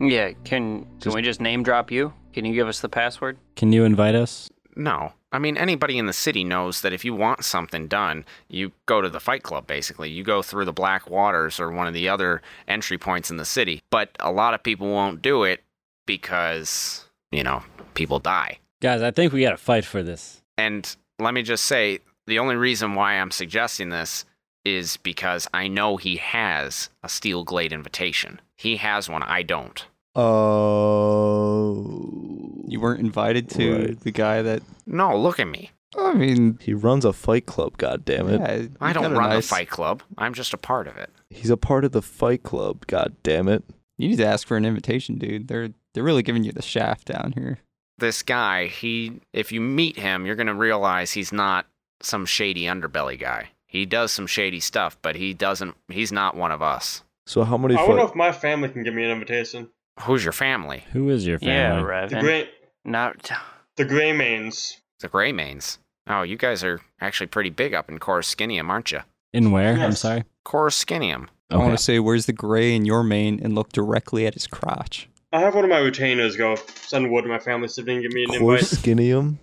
Yeah, can can we just name drop you? Can you give us the password? Can you invite us? No. I mean, anybody in the city knows that if you want something done, you go to the fight club, basically. You go through the Black Waters or one of the other entry points in the city. But a lot of people won't do it because, you know, people die. Guys, I think we got to fight for this. And let me just say the only reason why I'm suggesting this is because I know he has a steel glade invitation. He has one, I don't. oh. You weren't invited to Right. the guy that. No, look at me. I mean, He runs a fight club. God damn it. yeah, you I got don't a run nice- the fight club. I'm just a part of it. He's a part of the fight club. God damn it. You need to ask for an invitation, dude. They're they're really giving you the shaft down here. this guy, he if you meet him, you're gonna realize he's not some shady underbelly guy. He does some shady stuff, but he doesn't he's not one of us. So how many I wonder if fight? my family can give me an invitation. Who's your family? Who is your family? Yeah, The Revan. gray, Not the gray mains. The Greymanes. Oh, you guys are actually pretty big up in Coruscinium, aren't you? In where? I'm Yes. sorry. Coruscinium. I want to say, where's the gray in your mane, and look directly at his crotch. I have one of my retainers go send wood to my family so they can give me an invite. Coruscinium?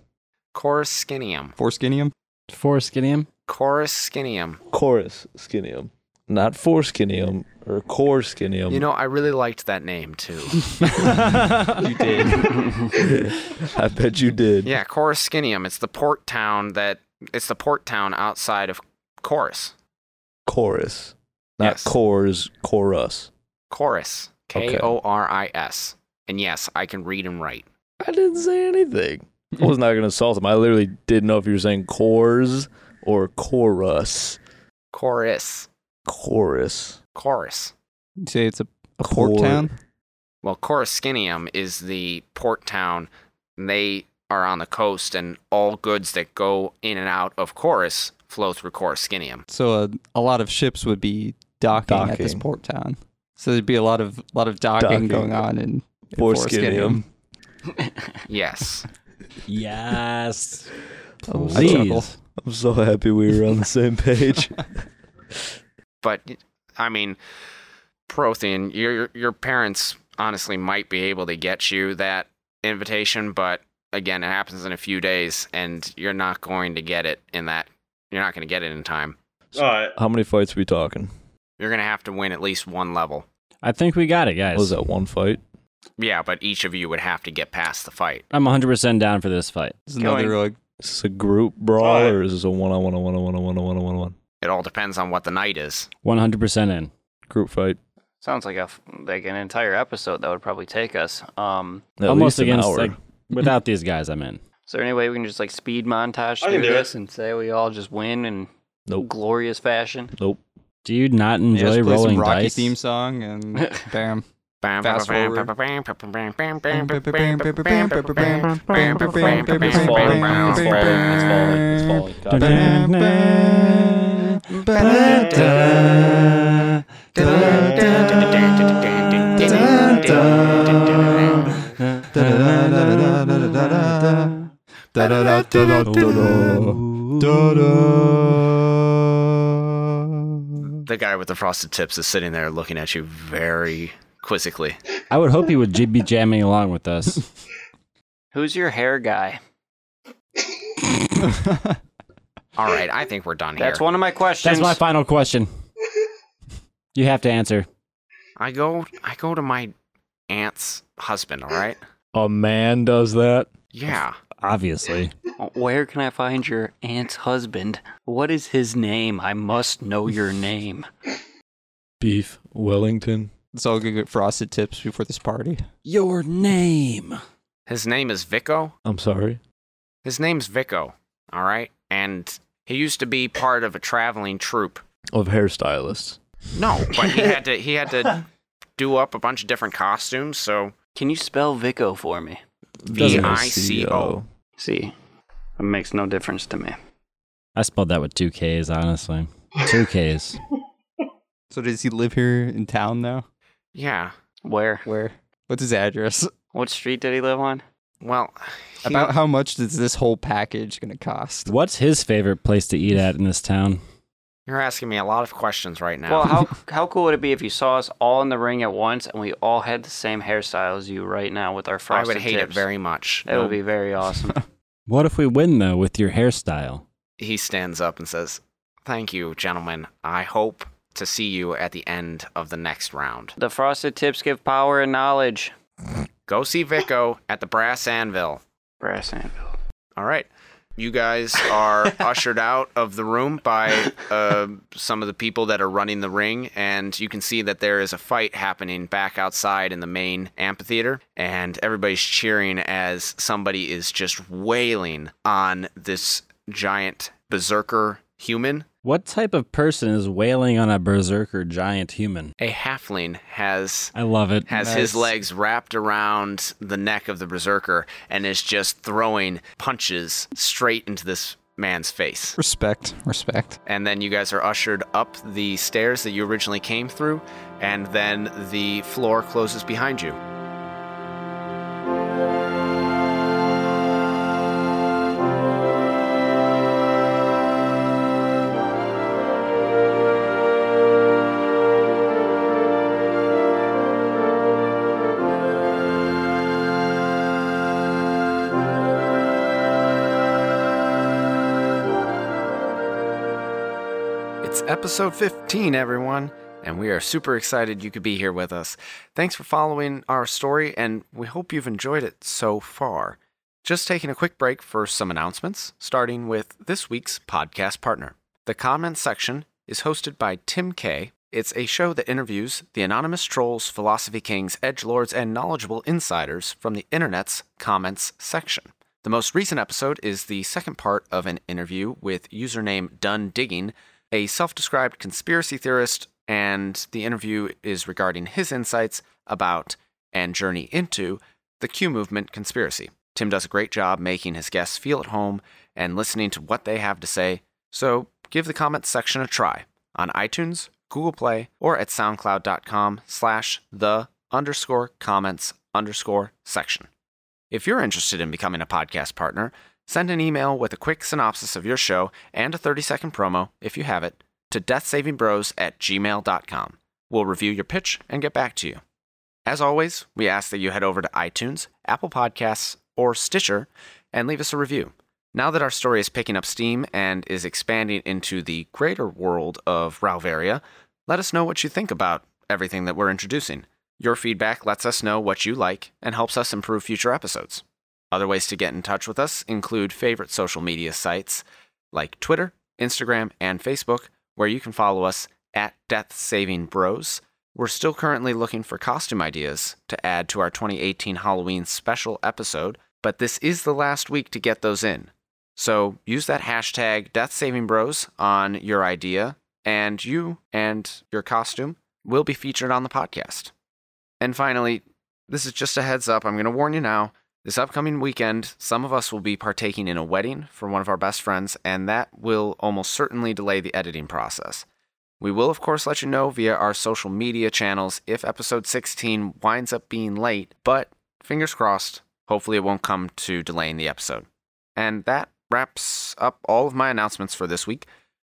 Coruscinium. Foreskinnium? Forescinium? Coruscinium. Coruscinium. Not foreskinium or coreskinium. You know, I really liked that name too. You did. I bet you did. yeah, Coruscinium. It's the port town that it's the port town outside of Corus. Chorus. Not Yes. cores, chorus. Chorus. Okay. K O R I S. And yes, I can read and write. I didn't say anything. I was not going to assault him. I literally didn't know if you were saying cores or chorus. Chorus. Chorus. Chorus. You say it's a, a port town? Well, Coruscinium is the port town. And they are on the coast, and all goods that go in and out of Chorus flow through Coruscinium. So a, a lot of ships would be docking, at this Docking. port town. So there'd be a lot of lot of docking, Docking. going on in, in Foreskinnium. Foreskinnium. Yes. Yes. Oh, I chuckle. Please. I'm so happy we were on the same page. but, I mean, Prothean, your, your parents honestly might be able to get you that invitation, but again, it happens in a few days, and you're not going to get it in that. You're not going to get it in time. Alright. How many fights we talking? You're going to have to win at least one level. I think we got it, guys. Was that one fight? Yeah, but each of you would have to get past the fight. I'm 100% down for this fight. There's another like, Is this a group brawl Alright. or is this a one on one on one on one on one on one on one on one? It all depends on what the night is. 100% in. Group fight. sounds like a f- like an entire episode that would probably take us. Um, At Almost least an against, hour. like, without these guys, I'm in. is there any way we can just like speed montage I can through do it. this and say we all just win in Nope. glorious fashion? Nope. Do you not yeah, enjoy just play rolling some Rocky dice? theme song and bam. Fast Fast forward. It's falling. It's falling. It's falling. It's falling. God damn. The guy with the frosted tips is sitting there looking at you very quizzically. I would hope you would j- be jamming along with us. Who's your hair guy? All right, I think we're done here. That's one of my questions. That's my final question. You have to answer. I go I go to my aunt's husband, all right? A man does that. Yeah. Obviously. Where can I find your aunt's husband? What is his name? I must know your name. Beef Wellington. It's all gonna get frosted tips before this party. Your name. His name is Vico. I'm sorry. His name's Vico, all right? And he used to be part of a traveling troupe. Of hairstylists. No, but he had to he had to do up a bunch of different costumes, so Can you spell Vico for me? V I C O. See, it makes no difference to me. I spelled that with two K's, honestly. Two K's. So does he live here in town now? Yeah. Where? Where? What's his address? What street did he live on? Well, he- About how much is this whole package gonna cost? What's his favorite place to eat at in this town? You're asking me a lot of questions right now. Well, how how cool would it be if you saw us all in the ring at once and we all had the same hairstyle as you right now with our I frosted would hate it tips? Oh. very much. That would be very awesome. What if we win though with your hairstyle? He stands up and says, "Thank you, gentlemen. I hope to see you at the end of the next round. the frosted tips give power and knowledge. Go see Vico at the Brass Anvil." Brass anvil. All right. You guys are ushered out of the room by uh, some of the people that are running the ring, and you can see that there is a fight happening back outside in the main amphitheater, and everybody's cheering as somebody is just wailing on this giant berserker human. What type of person is wailing on a berserker giant human? A halfling has I love it. has his legs wrapped around the neck of the berserker and is just throwing punches straight into this man's face. Respect, respect. and then you guys are ushered up the stairs that you originally came through, and then the floor closes behind you. It's episode 15, everyone, and we are super excited you could be here with us. Thanks for following our story, and we hope you've enjoyed it so far. Just taking a quick break for some announcements, starting with this week's podcast partner. The comments section is hosted by Tim Kay. It's a show that interviews the anonymous trolls, philosophy kings, edge lords, and knowledgeable insiders from the internet's comments section. The most recent episode is the second part of an interview with username Dun Digging, a self described conspiracy theorist, and the interview is regarding his insights about and journey into the Q movement conspiracy. Tim does a great job making his guests feel at home and listening to what they have to say, so give the comments section a try on iTunes, Google Play, or at soundcloud.com slash the underscore comments underscore section. If you're interested in becoming a podcast partner, send an email with a quick synopsis of your show and a 30 second promo, if you have it, to deathsavingbros at gmail.com. We'll review your pitch and get back to you. As always, we ask that you head over to iTunes, Apple Podcasts, or Stitcher and leave us a review. Now that our story is picking up steam and is expanding into the greater world of Ralvaria, let us know what you think about everything that we're introducing. Your feedback lets us know what you like and helps us improve future episodes. Other ways to get in touch with us include favorite social media sites like Twitter, Instagram, and Facebook, where you can follow us at Death Saving Bros. We're still currently looking for costume ideas to add to our 2018 Halloween special episode, but this is the last week to get those in. So use that hashtag Death Saving Bros on your idea, and you and your costume will be featured on the podcast. And finally, this is just a heads up. I'm going to warn you now. This upcoming weekend, some of us will be partaking in a wedding for one of our best friends, and that will almost certainly delay the editing process. We will, of course, let you know via our social media channels if episode 16 winds up being late, but fingers crossed, hopefully it won't come to delaying the episode. And that wraps up all of my announcements for this week.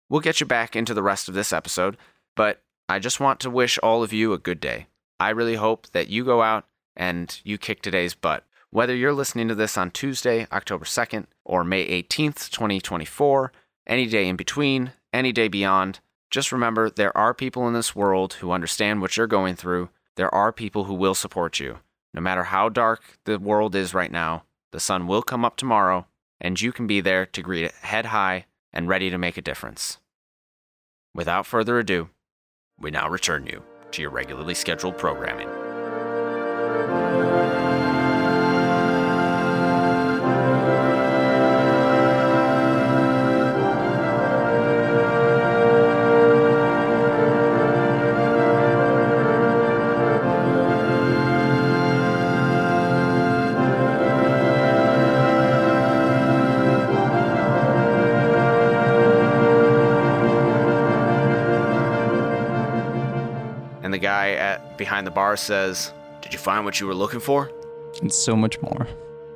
We'll get you back into the rest of this episode, but I just want to wish all of you a good day. I really hope that you go out and you kick today's butt. Whether you're listening to this on Tuesday, October 2nd, or May 18th, 2024, any day in between, any day beyond, just remember there are people in this world who understand what you're going through. There are people who will support you. No matter how dark the world is right now, the sun will come up tomorrow, and you can be there to greet it head high and ready to make a difference. Without further ado, we now return you to your regularly scheduled programming. And the guy at behind the bar says, "Did you find what you were looking for? And so much more.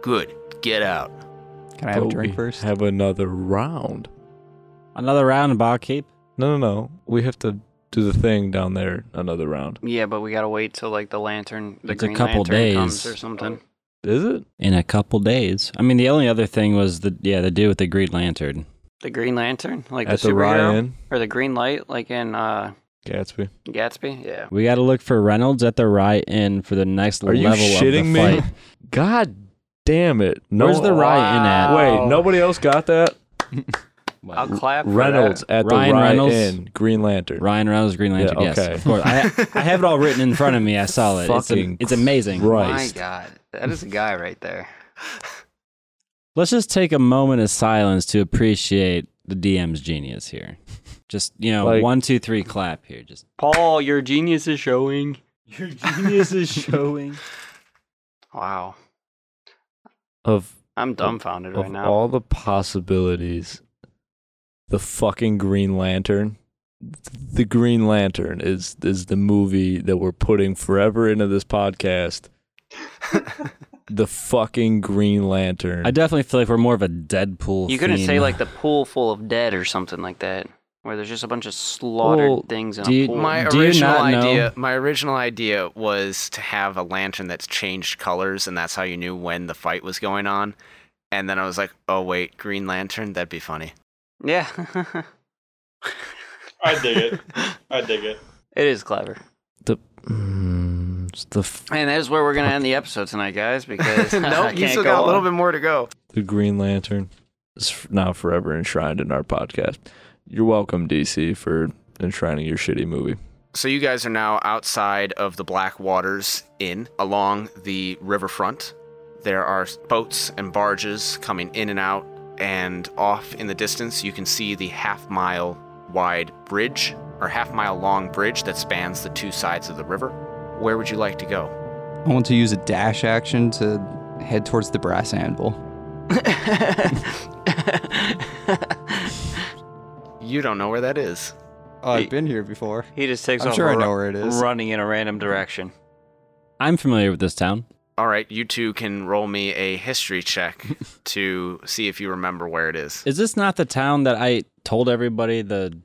Good. Get out." Can I have a But drink we first? Have another round. Another round, barkeep. No, no, no. We have to do the thing down there another round. Yeah, but we gotta wait till like the lantern, the It's a green couple lantern comes days. or something. Is it? in a couple days. I mean, the only other thing was the yeah the dude with the Green Lantern. The Green Lantern, like At the, the, superhero, Ryan or the Green Light, like in uh, Gatsby. Gatsby. Yeah, We got to look for Reynolds at the right end for the next Are you level shitting of me? the fight. God damn it. No, Where's the Ryan at? Wait, nobody else got that? I'll clap. for Reynolds that. at Ryan the Ryan Reynolds? End, Green Lantern. Ryan Reynolds, Green Lantern. Yeah, Yes, okay. of course. I, I have it all written in front of me. I saw it. It's, Fucking am- it's amazing. My Christ. God, that is a guy right there. Let's just take a moment of silence to appreciate the DM's genius here. Just you know, Like- one, two, three, clap here. Just Paul, your genius is showing. your genius is showing. Wow, Of I'm dumbfounded right of now. all the possibilities, the fucking Green Lantern. The Green Lantern is is the movie that we're putting forever into this podcast. the fucking Green Lantern. I definitely feel like we're more of a Deadpool. you couldn't say theme. like the pool full of dead or something like that, where there's just a bunch of slaughtered Well, things in do you- a pool. My Do you original not know- idea, my original idea was to have a lantern that's changed colors, and that's how you knew when the fight was going on. And then I was like, "Oh wait, Green Lantern, that'd be funny." yeah, I dig it. I dig it. it is clever, the mm, it's the f- and that is where we're gonna end the episode tonight, guys. Because I nope, can't you still go got a little on. bit more to go. the Green Lantern is f- now forever enshrined in our podcast. You're welcome, DC, for enshrining your shitty movie. So you guys are now outside of the Black Waters Inn along the riverfront. There are boats and barges coming in and out, and off in the distance you can see the half mile wide bridge or half mile long bridge that spans the two sides of the river. Where would you like to go? I want to use a dash action to head towards the brass anvil. You don't know where that is. Oh, I've been here before. He just takes I'm off sure I ru- know where it is. running in a random direction. I'm familiar with this town. All right, you two can roll me a history check to see if you remember where it is. Is this not the town that I told everybody the?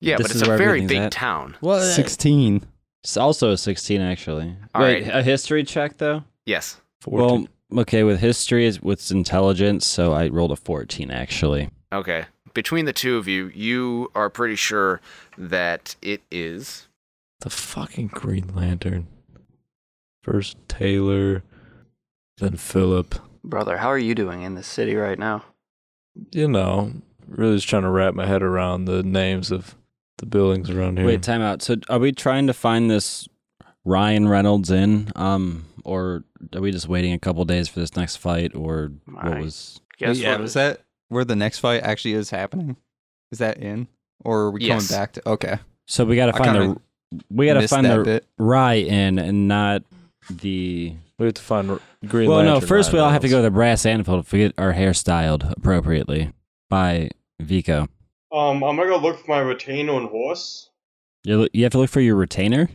Yeah, This but is it's a where very everything's big at. town. Well, uh, Sixteen. It's also a 16, actually. All Wait, right. a history check, though? Yes. 14. Well, okay, with history, is with intelligence, so I rolled a 14, actually. Okay. Between the two of you, you are pretty sure that it is. the fucking Green Lantern. First Taylor, then Philip. Brother, how are you doing in this city right now? You know, really just trying to wrap my head around the names of the buildings around here. Wait, time out. So are we trying to find this Ryan Reynolds in? Um, or are we just waiting a couple days for this next fight? Or what I was. Guess yeah, what? is that where the next fight actually is happening? Is that in, or are we Yes. coming back to? Okay, So we got to I find the. kinda We got to missed find that the bit. Rye in and not the. we have to find R- Green well, Lantern. no, first we all have to go to the Reynolds. brass anvil to get our hair styled appropriately by Vico. Um, I'm gonna go look for my retainer and horse. You you have to look for your retainer.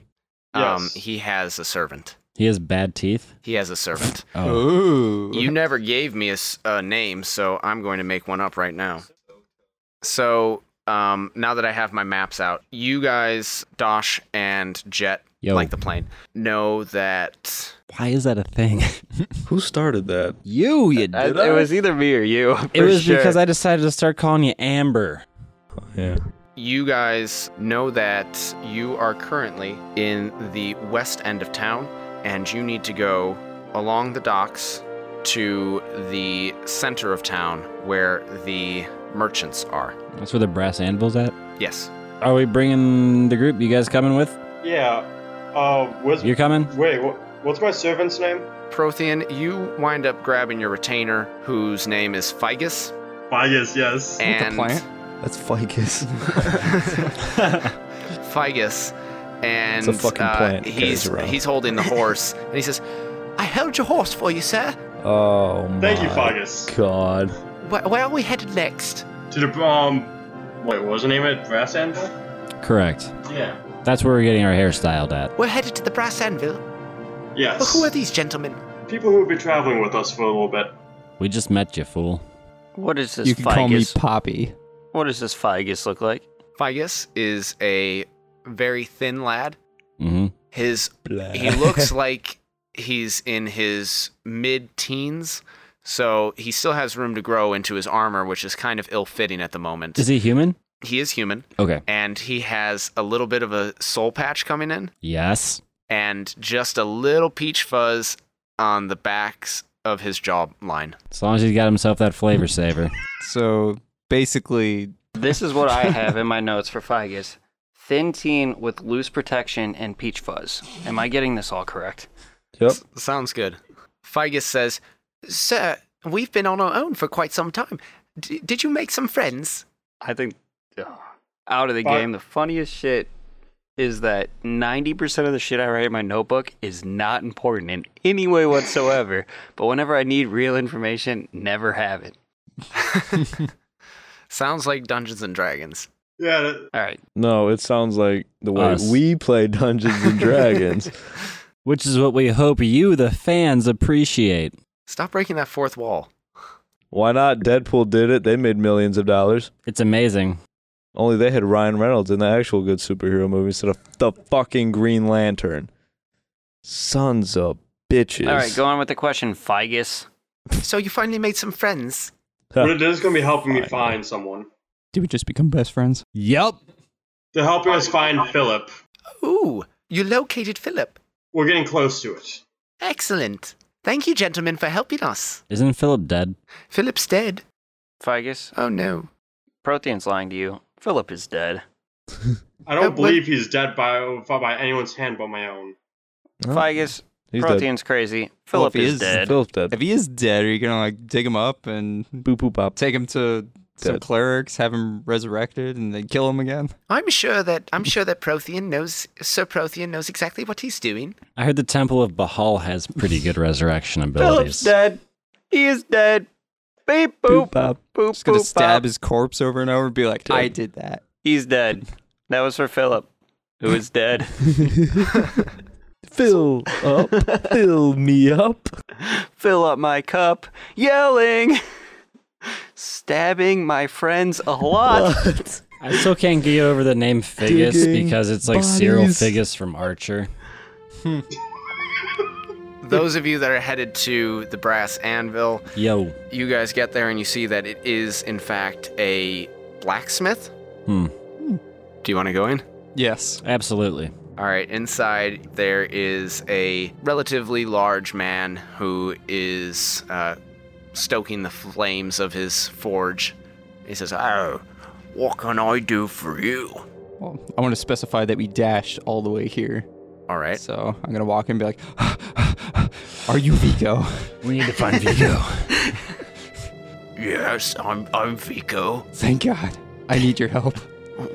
Um, Yes. he has a servant. He has bad teeth. He has a servant. Oh, Ooh, you never gave me a, s- a name, so I'm going to make one up right now. So um, now that I have my maps out, you guys, Dosh and Jet, Yo. like the plane, know that. why is that a thing? Who started that? you, you. I- it was either me or you. it was because I decided to start calling you Amber. Yeah. You guys know that you are currently in the west end of town and you need to go along the docks to the center of town where the merchants are. That's where the brass anvil's at. Yes. Are we bringing the group? You guys coming with? Yeah. Uh, where's You're coming. wait? What, what's my servant's name? Prothean, you wind up grabbing your retainer, whose name is Figus, Figus, yes. What the and plant? That's ficus. Figus, and It's a fucking uh, plant that he's carries around. he's holding the horse, and he says, "I held your horse for you, sir. Oh my Thank you, Figus. God. Where, where are we headed next?" To the um, wait, what was the name of it? Brass anvil? Correct. Yeah. That's where we're getting our hair styled at. We're headed to the brass anvil. But Yes. who are these gentlemen? People who will be traveling with us for a little bit. We just met you, fool. What is this you can call me Figus? Poppy. what does this Figus look like? Figus is a very thin lad. Mm-hmm. His he looks like he's in his mid teens, so he still has room to grow into his armor, which is kind of ill fitting at the moment. Is he human? He is human, Okay. and he has a little bit of a soul patch coming in, Yes. and just a little peach fuzz on the backs of his jawline. As long as he's got himself that flavor saver. So basically, This is what I have in my notes for Figus. Thin teen with loose protection and peach fuzz. Am I getting this all correct? Yep. Sounds good. Figus says, "Sir, we've been on our own for quite some time. D- did you make some friends?" I think out of the Fuck. game, the funniest shit is that 90% of the shit I write in my notebook is not important in any way whatsoever. but whenever I need real information, never have it. Sounds like Dungeons and Dragons. Yeah, that- All right. No, it sounds like the way Us. we play Dungeons and Dragons. Which is what we hope you, the fans, appreciate. Stop breaking that fourth wall. Why not? Deadpool did it. They made millions of dollars. It's amazing. Only they had Ryan Reynolds in the actual good superhero movie instead of the fucking Green Lantern. Sons of bitches. All right, go on with the question, Figus. So you finally made some friends. Huh. but it is going to be helping me Fine. find someone. do we just become best friends? Yep. They're helping us find Philip. Ooh, you located Philip. We're getting close to it. Excellent. Thank you, gentlemen, for helping us. Isn't Philip dead? Philip's dead. Figus, Oh no. Prothean's lying to you. Philip is dead. I Uh, don't but- believe he's dead by by anyone's hand but my own. Huh? Figus, He's dead. Prothean's crazy. Well, Philip if he is, is, dead. Phil's dead. If he is dead, are you gonna like dig him up and Boop boop pop. take him to some Dead. clerics, have him resurrected, and then kill him again? I'm sure that I'm sure that Prothean knows Sir Prothean knows exactly what he's doing. I heard the Temple of Bahal has pretty good resurrection Philip's abilities. dead. He is dead. Beep boop. Boop pop. Boop Just gonna boop, stab bop. his corpse over and over and be like, "I did that." He's dead. That was for Philip, who is dead. Fill up. Fill me up. Fill up my cup. Yelling. Stabbing my friends a lot. I still can't get over the name Figus Digging because it's like Cyril bodies. Figus from Archer. Those of you that are headed to the brass anvil, Yo. you guys get there and you see that it is in fact a blacksmith. Hmm. Do you want to go in? Yes. Absolutely. All right, inside there is a relatively large man who is uh, stoking the flames of his forge. He says, Oh, what can I do for you? Well, I want to specify that we dashed all the way here. All right. So I'm gonna walk in and be like, "Are you Vico?" We need to find Vigo. Yes, I'm, I'm Vico. Thank God. I need your help.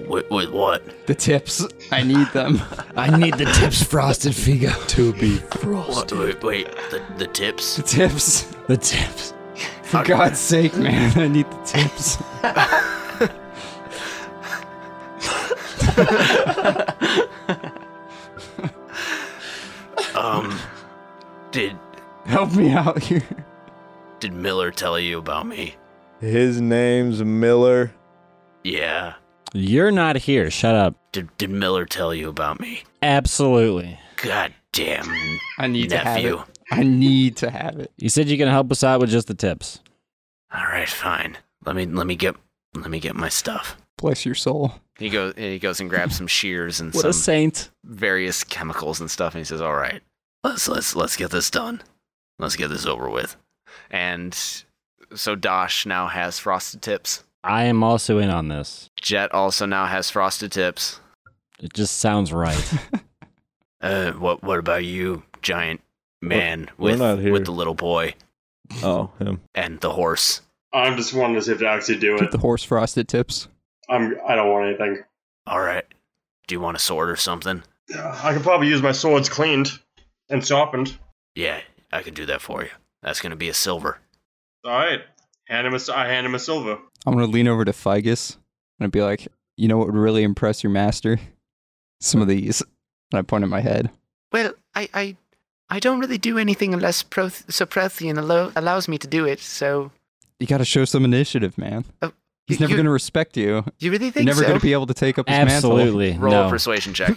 With, with what? The tips. I need them. I need the tips frosted Figo. To be frosted. Wait, wait, the, the tips? The tips. The tips. For God's sake, man. I need the tips. Um, did, Help me out here. did Miller tell you about me? His name's Miller. Yeah. You're not here. Shut up. Did, did Miller tell you about me? Absolutely. God damn I need to nephew. have it. I need to have it. You said you can help us out with just the tips. All right, fine. Let me let me get let me get my stuff. Bless your soul. He goes he goes and grabs some shears and What some a saint. various chemicals and stuff, and he says, "All right, let's let's let's get this done. Let's get this over with." And so Dosh now has frosted tips. I am also in on this. Jet also now has frosted tips. It just sounds right. Uh, what what about you, giant man we're with not here. with the little boy Oh, him. and the horse? I'm just wanting to see if they actually do Get it. the horse frosted tips. I'm. I don't want anything. All right, do you want a sword or something? I could probably use my swords cleaned and sharpened. Yeah, I can do that for you. That's gonna be a silver. All right. Hand him a s I hand him a silver. I'm gonna lean over to Figus and I'd be like, you know what would really impress your master? Some of these. And I point at my head. Well, I, I, I don't really do anything unless Proth- Sir Prothean allo- allows me to do it. So, Uh, You gotta show some initiative, man. He's never you- going to respect you. You really You're think never so? going to be able to take up his mantle. Absolutely. Roll a No. persuasion check.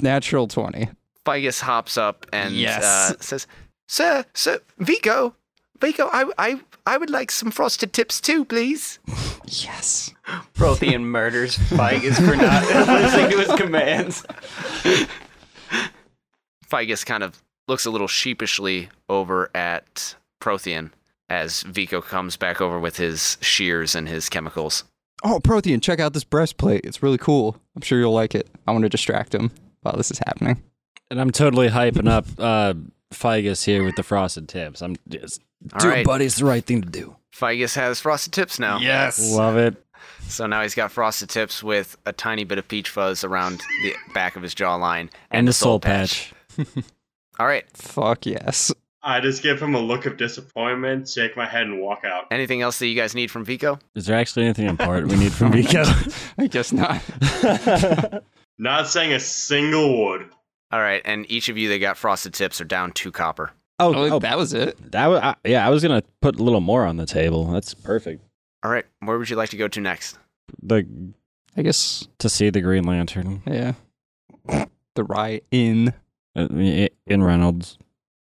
Natural 20. Ficus hops up and Yes. uh, says, "Sir, sir, Vico, Vico, I, I, I would like some frosted tips too, please." Yes. Prothean murders Figus for not listening to his commands. Ficus kind of looks a little sheepishly over at Prothean as Vico comes back over with his shears and his chemicals. Oh, Prothean, check out this breastplate. It's really cool. I'm sure you'll like it. I want to distract him while this is happening. And I'm totally hyping up uh, Figus here with the frosted tips. I'm just All do it, right. buddy. It's the right thing to do. Ficus has frosted tips now. Yes. Love it. So now he's got frosted tips with a tiny bit of peach fuzz around the back of his jawline And, a the soul patch. All right. Fuck yes. I just give him a look of disappointment, shake my head, and walk out. Anything else that you guys need from Vico? Is there actually anything important we need from Vico? I guess not. Not saying a single word. All right, and each of you that got frosted tips are down two copper. Oh, Oh, oh, that was it. that was, I, yeah, I was gonna put a little more on the table. That's perfect. All right, where would you like to go to next? The I guess, to see the Green Lantern yeah. The riot in. Uh, i- in Reynolds.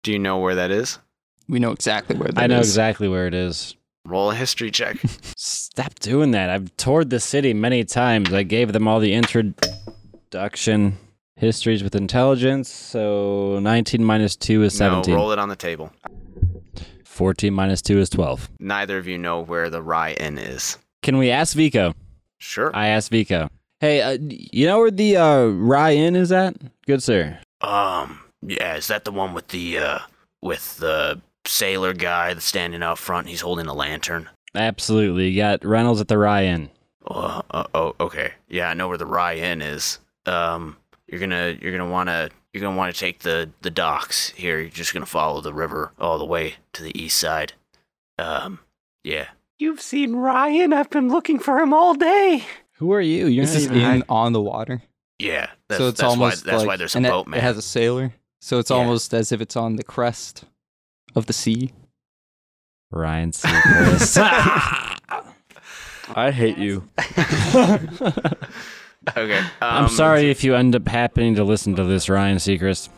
Do you know where that is? We know exactly where that I know is. exactly where it is. Roll a history check. Stop doing that. I've toured the city many times. I gave them all the introduction histories with intelligence. So 19 minus 2 is 17. No, roll it on the table. 14 minus 2 is 12. Neither of you know where the Rye Inn is. Can we ask Vico? Sure. I asked Vico. Hey, uh, you know where the uh, Rye Inn is at? Good sir. um, yeah, is that the one with the uh with the sailor guy that's standing out front? He's holding a lantern. Absolutely. You got Reynolds at the Rye Inn. Uh, uh, oh, okay. Yeah, I know where the Rye Inn is. Um, you're gonna you're gonna wanna you're gonna wanna take the the docks here. You're just gonna follow the river all the way to the east side. Um, yeah. You've seen Ryan. I've been looking for him all day. Who are you? You're This is not even- in on the water. Yeah, that's, so it's that's almost why, that's like, why there's a and it- boat man. It has a sailor, so it's Yeah. almost as if it's on the crest of the sea. Ryan Seacrest. I hate you. okay, um, I'm sorry if you end up happening to listen to this, Ryan Seacrest.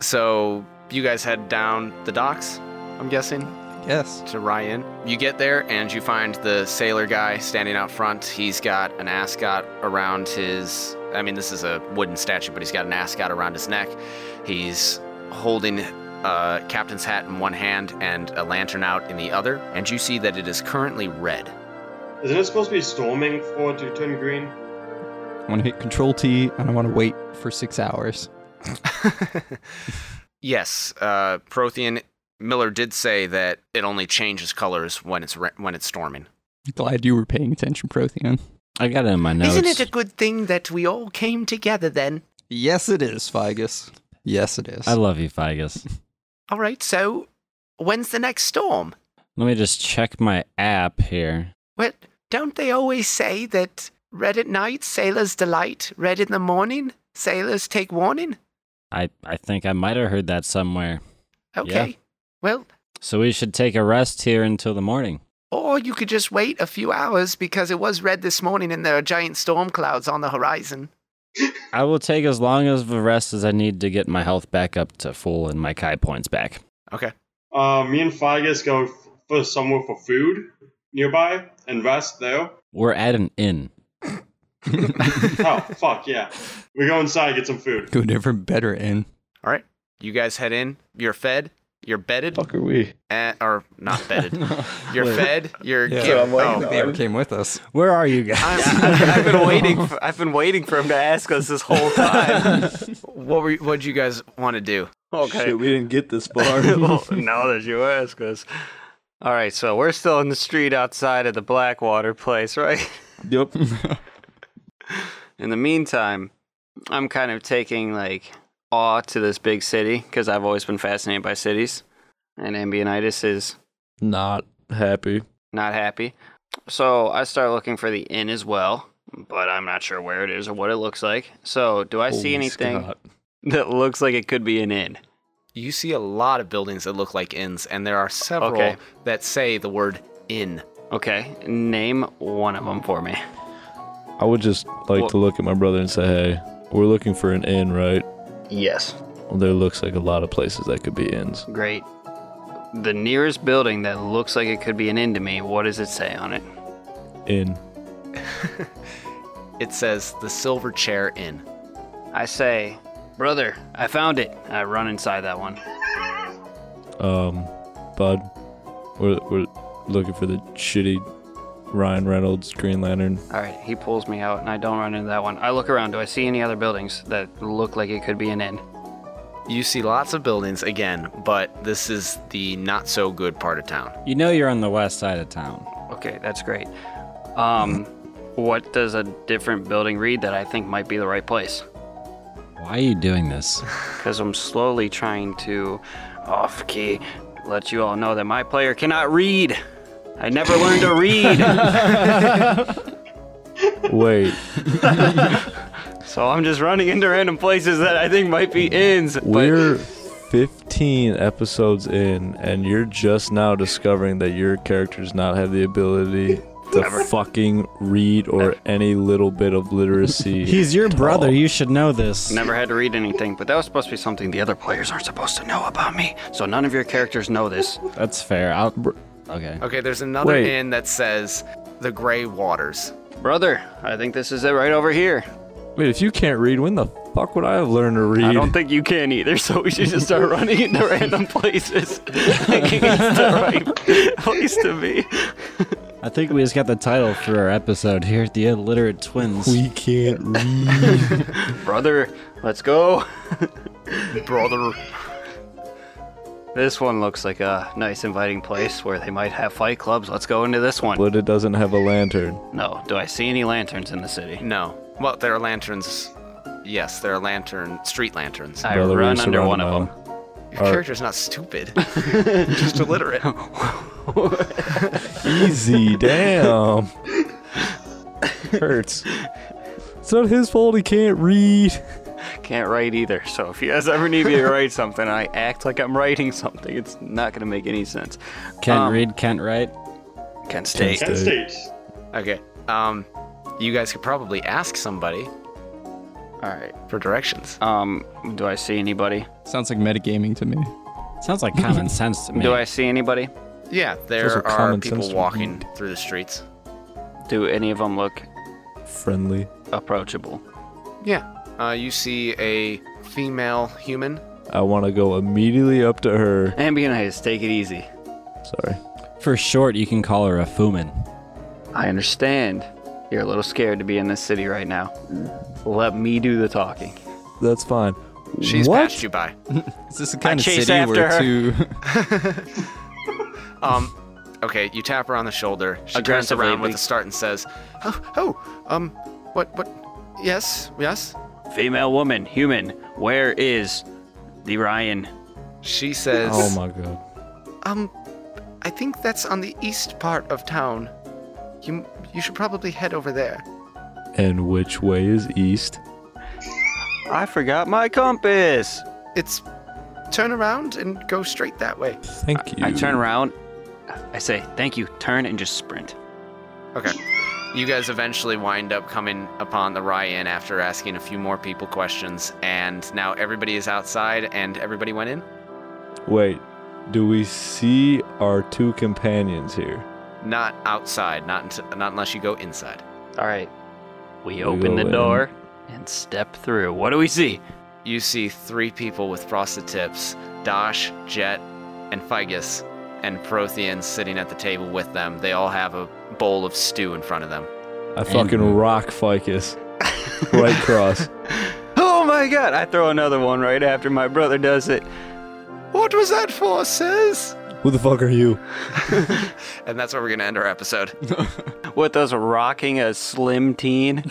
So you guys head down the docks, I'm guessing, Yes. to Ryan. You get there and you find the sailor guy standing out front. He's got an ascot around his. I mean, this is a wooden statue, but he's got an ascot around his neck. He's holding a captain's hat in one hand and a lantern out in the other, and you see that it is currently red. Isn't it supposed to be storming for it to turn green? I want to hit Control T, and I want to wait for six hours. yes, uh, Prothean Miller did say that it only changes colors when it's re- when it's storming. Glad you were paying attention, Prothean. I got it in my notes. good thing that we all came together then? Yes, it is, Figus. Yes, it is. I love you, Figus. All right, so when's the next storm? Let me just check my app here. What don't they always say that red at night sailors delight, red in the morning sailors take warning? I, I think I might have heard that somewhere. Okay. Well, So we should take a rest here until the morning. or you could just wait a few hours because it was red this morning and there are giant storm clouds on the horizon. I will take as long as the rest as I need to get my health back up to full and my Kai points back. Okay. Uh, me and Figus go f- for somewhere for food nearby and rest there. We're at an inn. oh, fuck, yeah. We go inside and get some food. Go different, better in. All right. You guys head in. You're fed. You're bedded. Fuck are we? And, or not bedded. You're Wait. fed. You're Yeah. gi- So I'm like, oh. no. They ever came with us. Where are you guys? I've been waiting. For, I've been waiting for him to ask us this whole time. What were what would you guys want to do? Okay. Shit, we didn't get this far. well, now that you ask us. All right, so we're still in the street outside of the Blackwater place, right? yep. In the meantime, I'm kind of taking like awe to this big city because I've always been fascinated by cities, and Ambionitis is Not happy. not happy. So I start looking for the inn as well, but I'm not sure where it is or what it looks like. So, do I see Holy anything Scott. that looks like it could be an inn? You see a lot of buildings that look like inns, and there are several Okay. that say the word in. Okay, name one of them for me. I would just like to look at my brother and say, hey, we're looking for an inn, right? Yes. Well, there looks like a lot of places that could be inns. Great. The nearest building that looks like it could be an inn to me, what does it say on it? Inn. It says the Silver Chair Inn. I say, brother, I found it. I run inside that one. Um, Bud, we're, we're looking for the shitty Ryan Reynolds Green Lantern. All right, he pulls me out, and I don't run into that one. I look around. Do I see any other buildings that look like it could be an inn? You see lots of buildings again, but this is the not so good part of town. You know you're on the west side of town. Okay, that's great. Um, what does a different building read that I think might be the right place? Why are you doing this? Because I'm slowly trying to off key let you all know that my player cannot read. I never learned to read, Wait, so I'm just running into random places that I think might be inns. but- we're 15 episodes in, and you're just now discovering that your character does not have the ability to fucking read or any little bit of literacy. He's your at brother. all. You should know this. Never had to read anything, but that was supposed to be something the other players aren't supposed to know about me. So none of your characters know this. That's fair. I'll, okay. Okay, there's another Wait. inn that says the Gray Waters. Brother, I think this is it right over here. Wait, if you can't read, when the fuck would I have learned to read? I don't think you can either, so we should just start running into random places. Thinking it's the right place to be. I think we just got the title for our episode here, The Illiterate Twins. we can't read. Brother, let's go. Brother. This one looks like a nice inviting place where they might have fight clubs. Let's go into this one. But it doesn't have a lantern. No, do I see any lanterns in the city? No. Well, there are lanterns. Yes, there are lantern street lanterns. I Brother, run we're under one of surrounded them. by Your character's not stupid. just illiterate. Easy, damn. Hurts. It's not his fault he can't read. Can't write either, so if you guys ever need me to write something, I act like I'm writing something. It's not going to make any sense. Kent Um, read, Kent write. Kent State. Dude. Kent State. Okay. Um, you guys could probably ask somebody All right. for directions. Um, do I see anybody? Sounds like metagaming to me. Sounds like common sense to me. Do I see anybody? Yeah, also there are common people sense to walking through the streets. Do any of them look Friendly. approachable? Yeah. Uh, you see a female human. I want to go immediately up to her. Ambient haze, take it easy. Sorry. For short, you can call her a fumen. I understand. You're a little scared to be in this city right now. Let me do the talking. That's fine. She's what? passed you by. Is this the kind of chase city where after her. two Um, okay, you tap her on the shoulder. She turns Aggressively, around with we- a start and says, "Oh, oh, um, what, what? Yes, yes." Female woman, human, where is the Ryan? She says, Oh my god. "Um, I think that's on the east part of town. You, you should probably head over there." And which way is east? I forgot my compass. It's turn around and go straight that way. Thank you. I turn around. I say, thank you, turn and just sprint. Okay. You guys eventually wind up coming upon the Ryan after asking a few more people questions, and now everybody is outside and everybody went in? Wait. Do we see our two companions here? Not outside, not, unt- not unless you go inside. All right. We go open the in. door and step through. What do we see? You see three people with frosted tips Dash, Jet, and Figus, and Prothean sitting at the table with them. They all have a bowl of stew in front of them. I fucking rock ficus. right cross. Oh my god, I throw another one right after my brother does it. What was that for, sis? Who the fuck are you? And that's where we're going to end our episode. With us rocking a slim teen.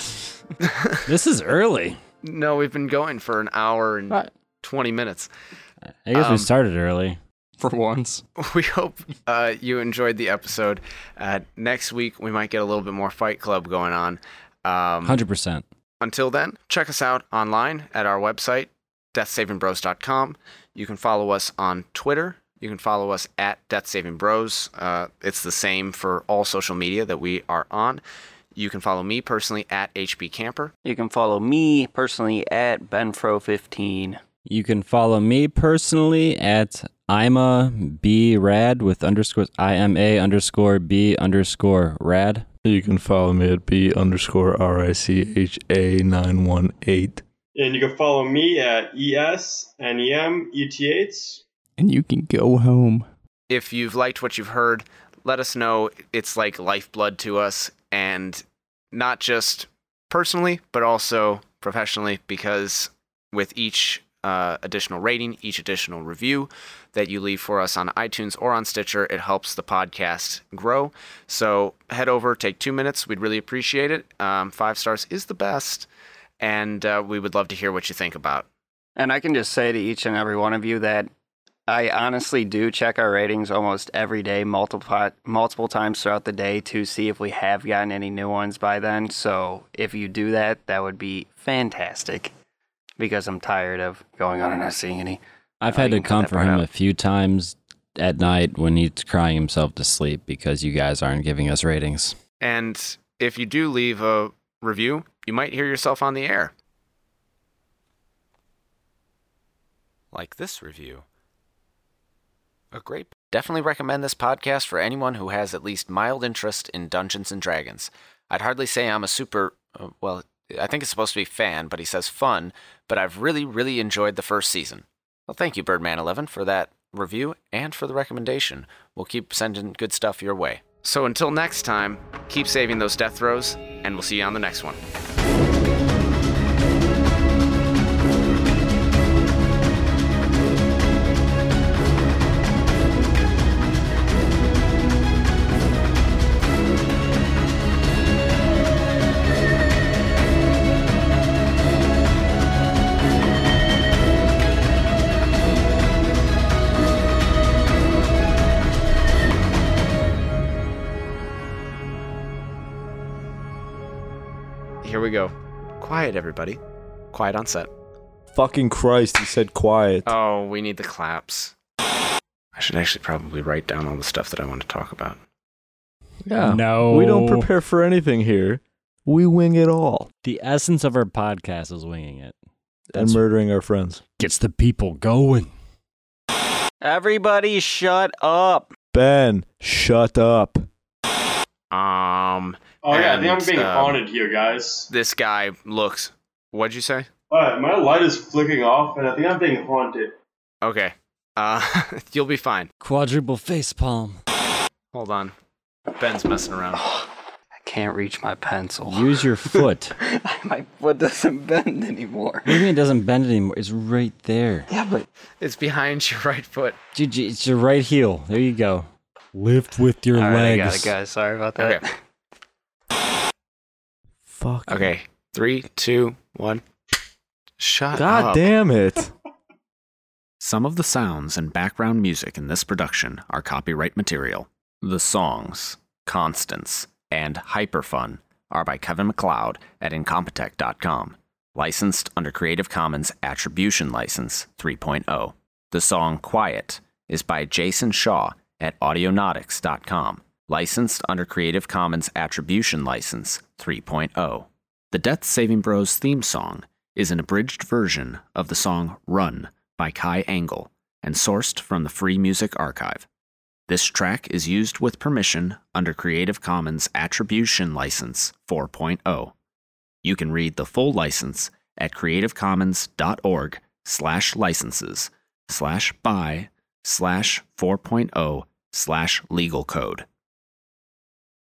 This is early. no, we've been going for an hour and Right. 20 minutes. I guess we Um, started early. for once? we hope uh, you enjoyed the episode. Uh, next week, we might get a little bit more Fight Club going on. Um, 100%. until then, check us out online at our website, deathsavingbros.com. You can follow us on Twitter. You can follow us at Death Saving Bros. Uh, it's the same for all social media that we are on. You can follow me personally at HB Camper. You can follow me personally at Benfro15. You can follow me personally at Ima B Rad with underscores I M A underscore B underscore Rad. You can follow me at B underscore R I C H A nine one eight. And you can follow me at E ESNEMETH. And you can go home. If you've liked what you've heard, let us know. It's like lifeblood to us, and not just personally, but also professionally, because with each uh, additional rating, each additional review that you leave for us on iTunes or on Stitcher, it helps the podcast grow. So head over, take two minutes. We'd really appreciate it. Um, five stars is the best, and uh, we would love to hear what you think about. And I can just say to each and every one of you that I honestly do check our ratings almost every day, multiple multiple times throughout the day to see if we have gotten any new ones by then. So if you do that, that would be fantastic, because I'm tired of going on and not seeing any. I've Oh, had you to can cut that comfort part him out. a few times at night when he's crying himself to sleep because you guys aren't giving us ratings. And if you do leave a review, you might hear yourself on the air. Like this review. A great. Definitely recommend this podcast for anyone who has at least mild interest in Dungeons and Dragons. I'd hardly say I'm a super. Uh, well, I think it's supposed to be fan, but he says fun, but I've really, really enjoyed the first season. Well, thank you, Birdman11, for that review and for the recommendation. We'll keep sending good stuff your way. So until next time, keep saving those death throws, and we'll see you on the next one. Here we go. Quiet, everybody. Quiet on set. Fucking Christ, he said quiet. Uh, Oh, we need the claps. I should actually probably write down all the stuff that I want to talk about. yeah. No. We don't prepare for anything here. We wing it all. The essence of our podcast is winging it. and murdering our friends. Gets the people going. Everybody, shut up. Ben, shut up. Um, Oh yeah, I And, think I'm being um, haunted here, guys. this guy looks. What'd you say? Alright, my light is flicking off, and I think I'm being haunted. Okay. Uh, you'll be fine. Quadruple face palm. Hold on. Ben's messing around. I can't reach my pencil. Use your foot. my foot doesn't bend anymore. Maybe it doesn't bend anymore. It's right there. Yeah, but It's behind your right foot. Gigi, it's your right heel. There you go. Lift with your all right, I got it, legs. guys. Sorry about that. Okay. Fuck. Okay. Three, two, one. Shut God up. damn it. Some of the sounds and background music in this production are copyright material. The songs, Constance, and Hyperfun are by Kevin McLeod at Incompetech.com, licensed under Creative Commons Attribution License 3.0. The song Quiet is by Jason Shaw at Audionautics.com, licensed under Creative Commons Attribution License oh. 3.0. The Death Saving Bros theme song is an abridged version of the song Run by Kai Angle and sourced from the Free Music Archive. This track is used with permission under Creative Commons Attribution License 4.0. You can read the full license at creativecommons.org slash licenses oh slash by slash 4.0 slash legal code.